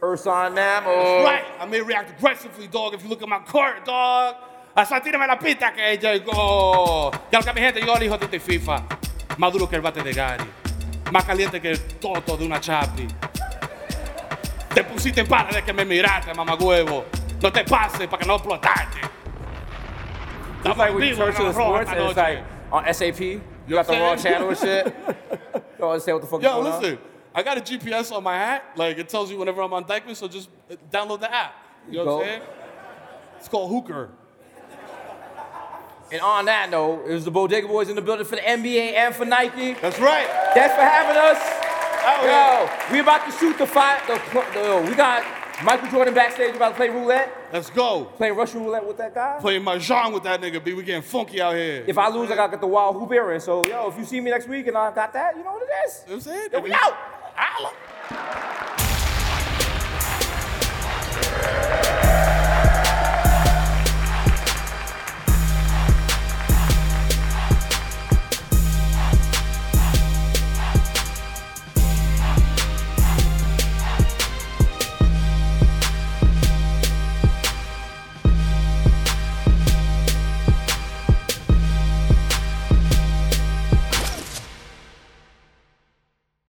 B: Ursan Mammal. Oh.
C: Right. I may react aggressively, dog, if you look at my cart, dog. A San, tírame la pista que llegó. Ya lo que mi gente, yo elijo Tito y FIFA. Más duro que el bate de Gary. Más caliente que el toto de una chapi. Te pusiste en para de que me miraste, mamagüevo. No te pases para que no explotaste.
B: It's like when you turn to the sports and it's like on SAP, you got the raw
C: I'm saying?
B: channel and shit. You don't understand what the fuck is
C: Yo,
B: going on.
C: listen. I got a GPS on my hat. Like it tells you whenever I'm on Dykeman, so just uh, download the app. You know what I'm
B: Go.
C: saying? It's called Hooker.
B: And on that note, it was the Bodega Boys in the building for the NBA and for Nike.
E: That's right.
B: Thanks for having us.
C: Oh,
E: Out here.
B: Yo, we about to shoot the five. The, the- we got Michael Jordan backstage about to play roulette,
C: Let's go.
B: playing Russian roulette with that guy.
C: Playing my genre with that nigga, B. We getting funky out here.
B: If I lose, I gotta get the wild hoop in. So, yo, if you see me next week and I got that, you know what it is.
C: You know what I'm saying?
B: Yo, we out.
C: Holla.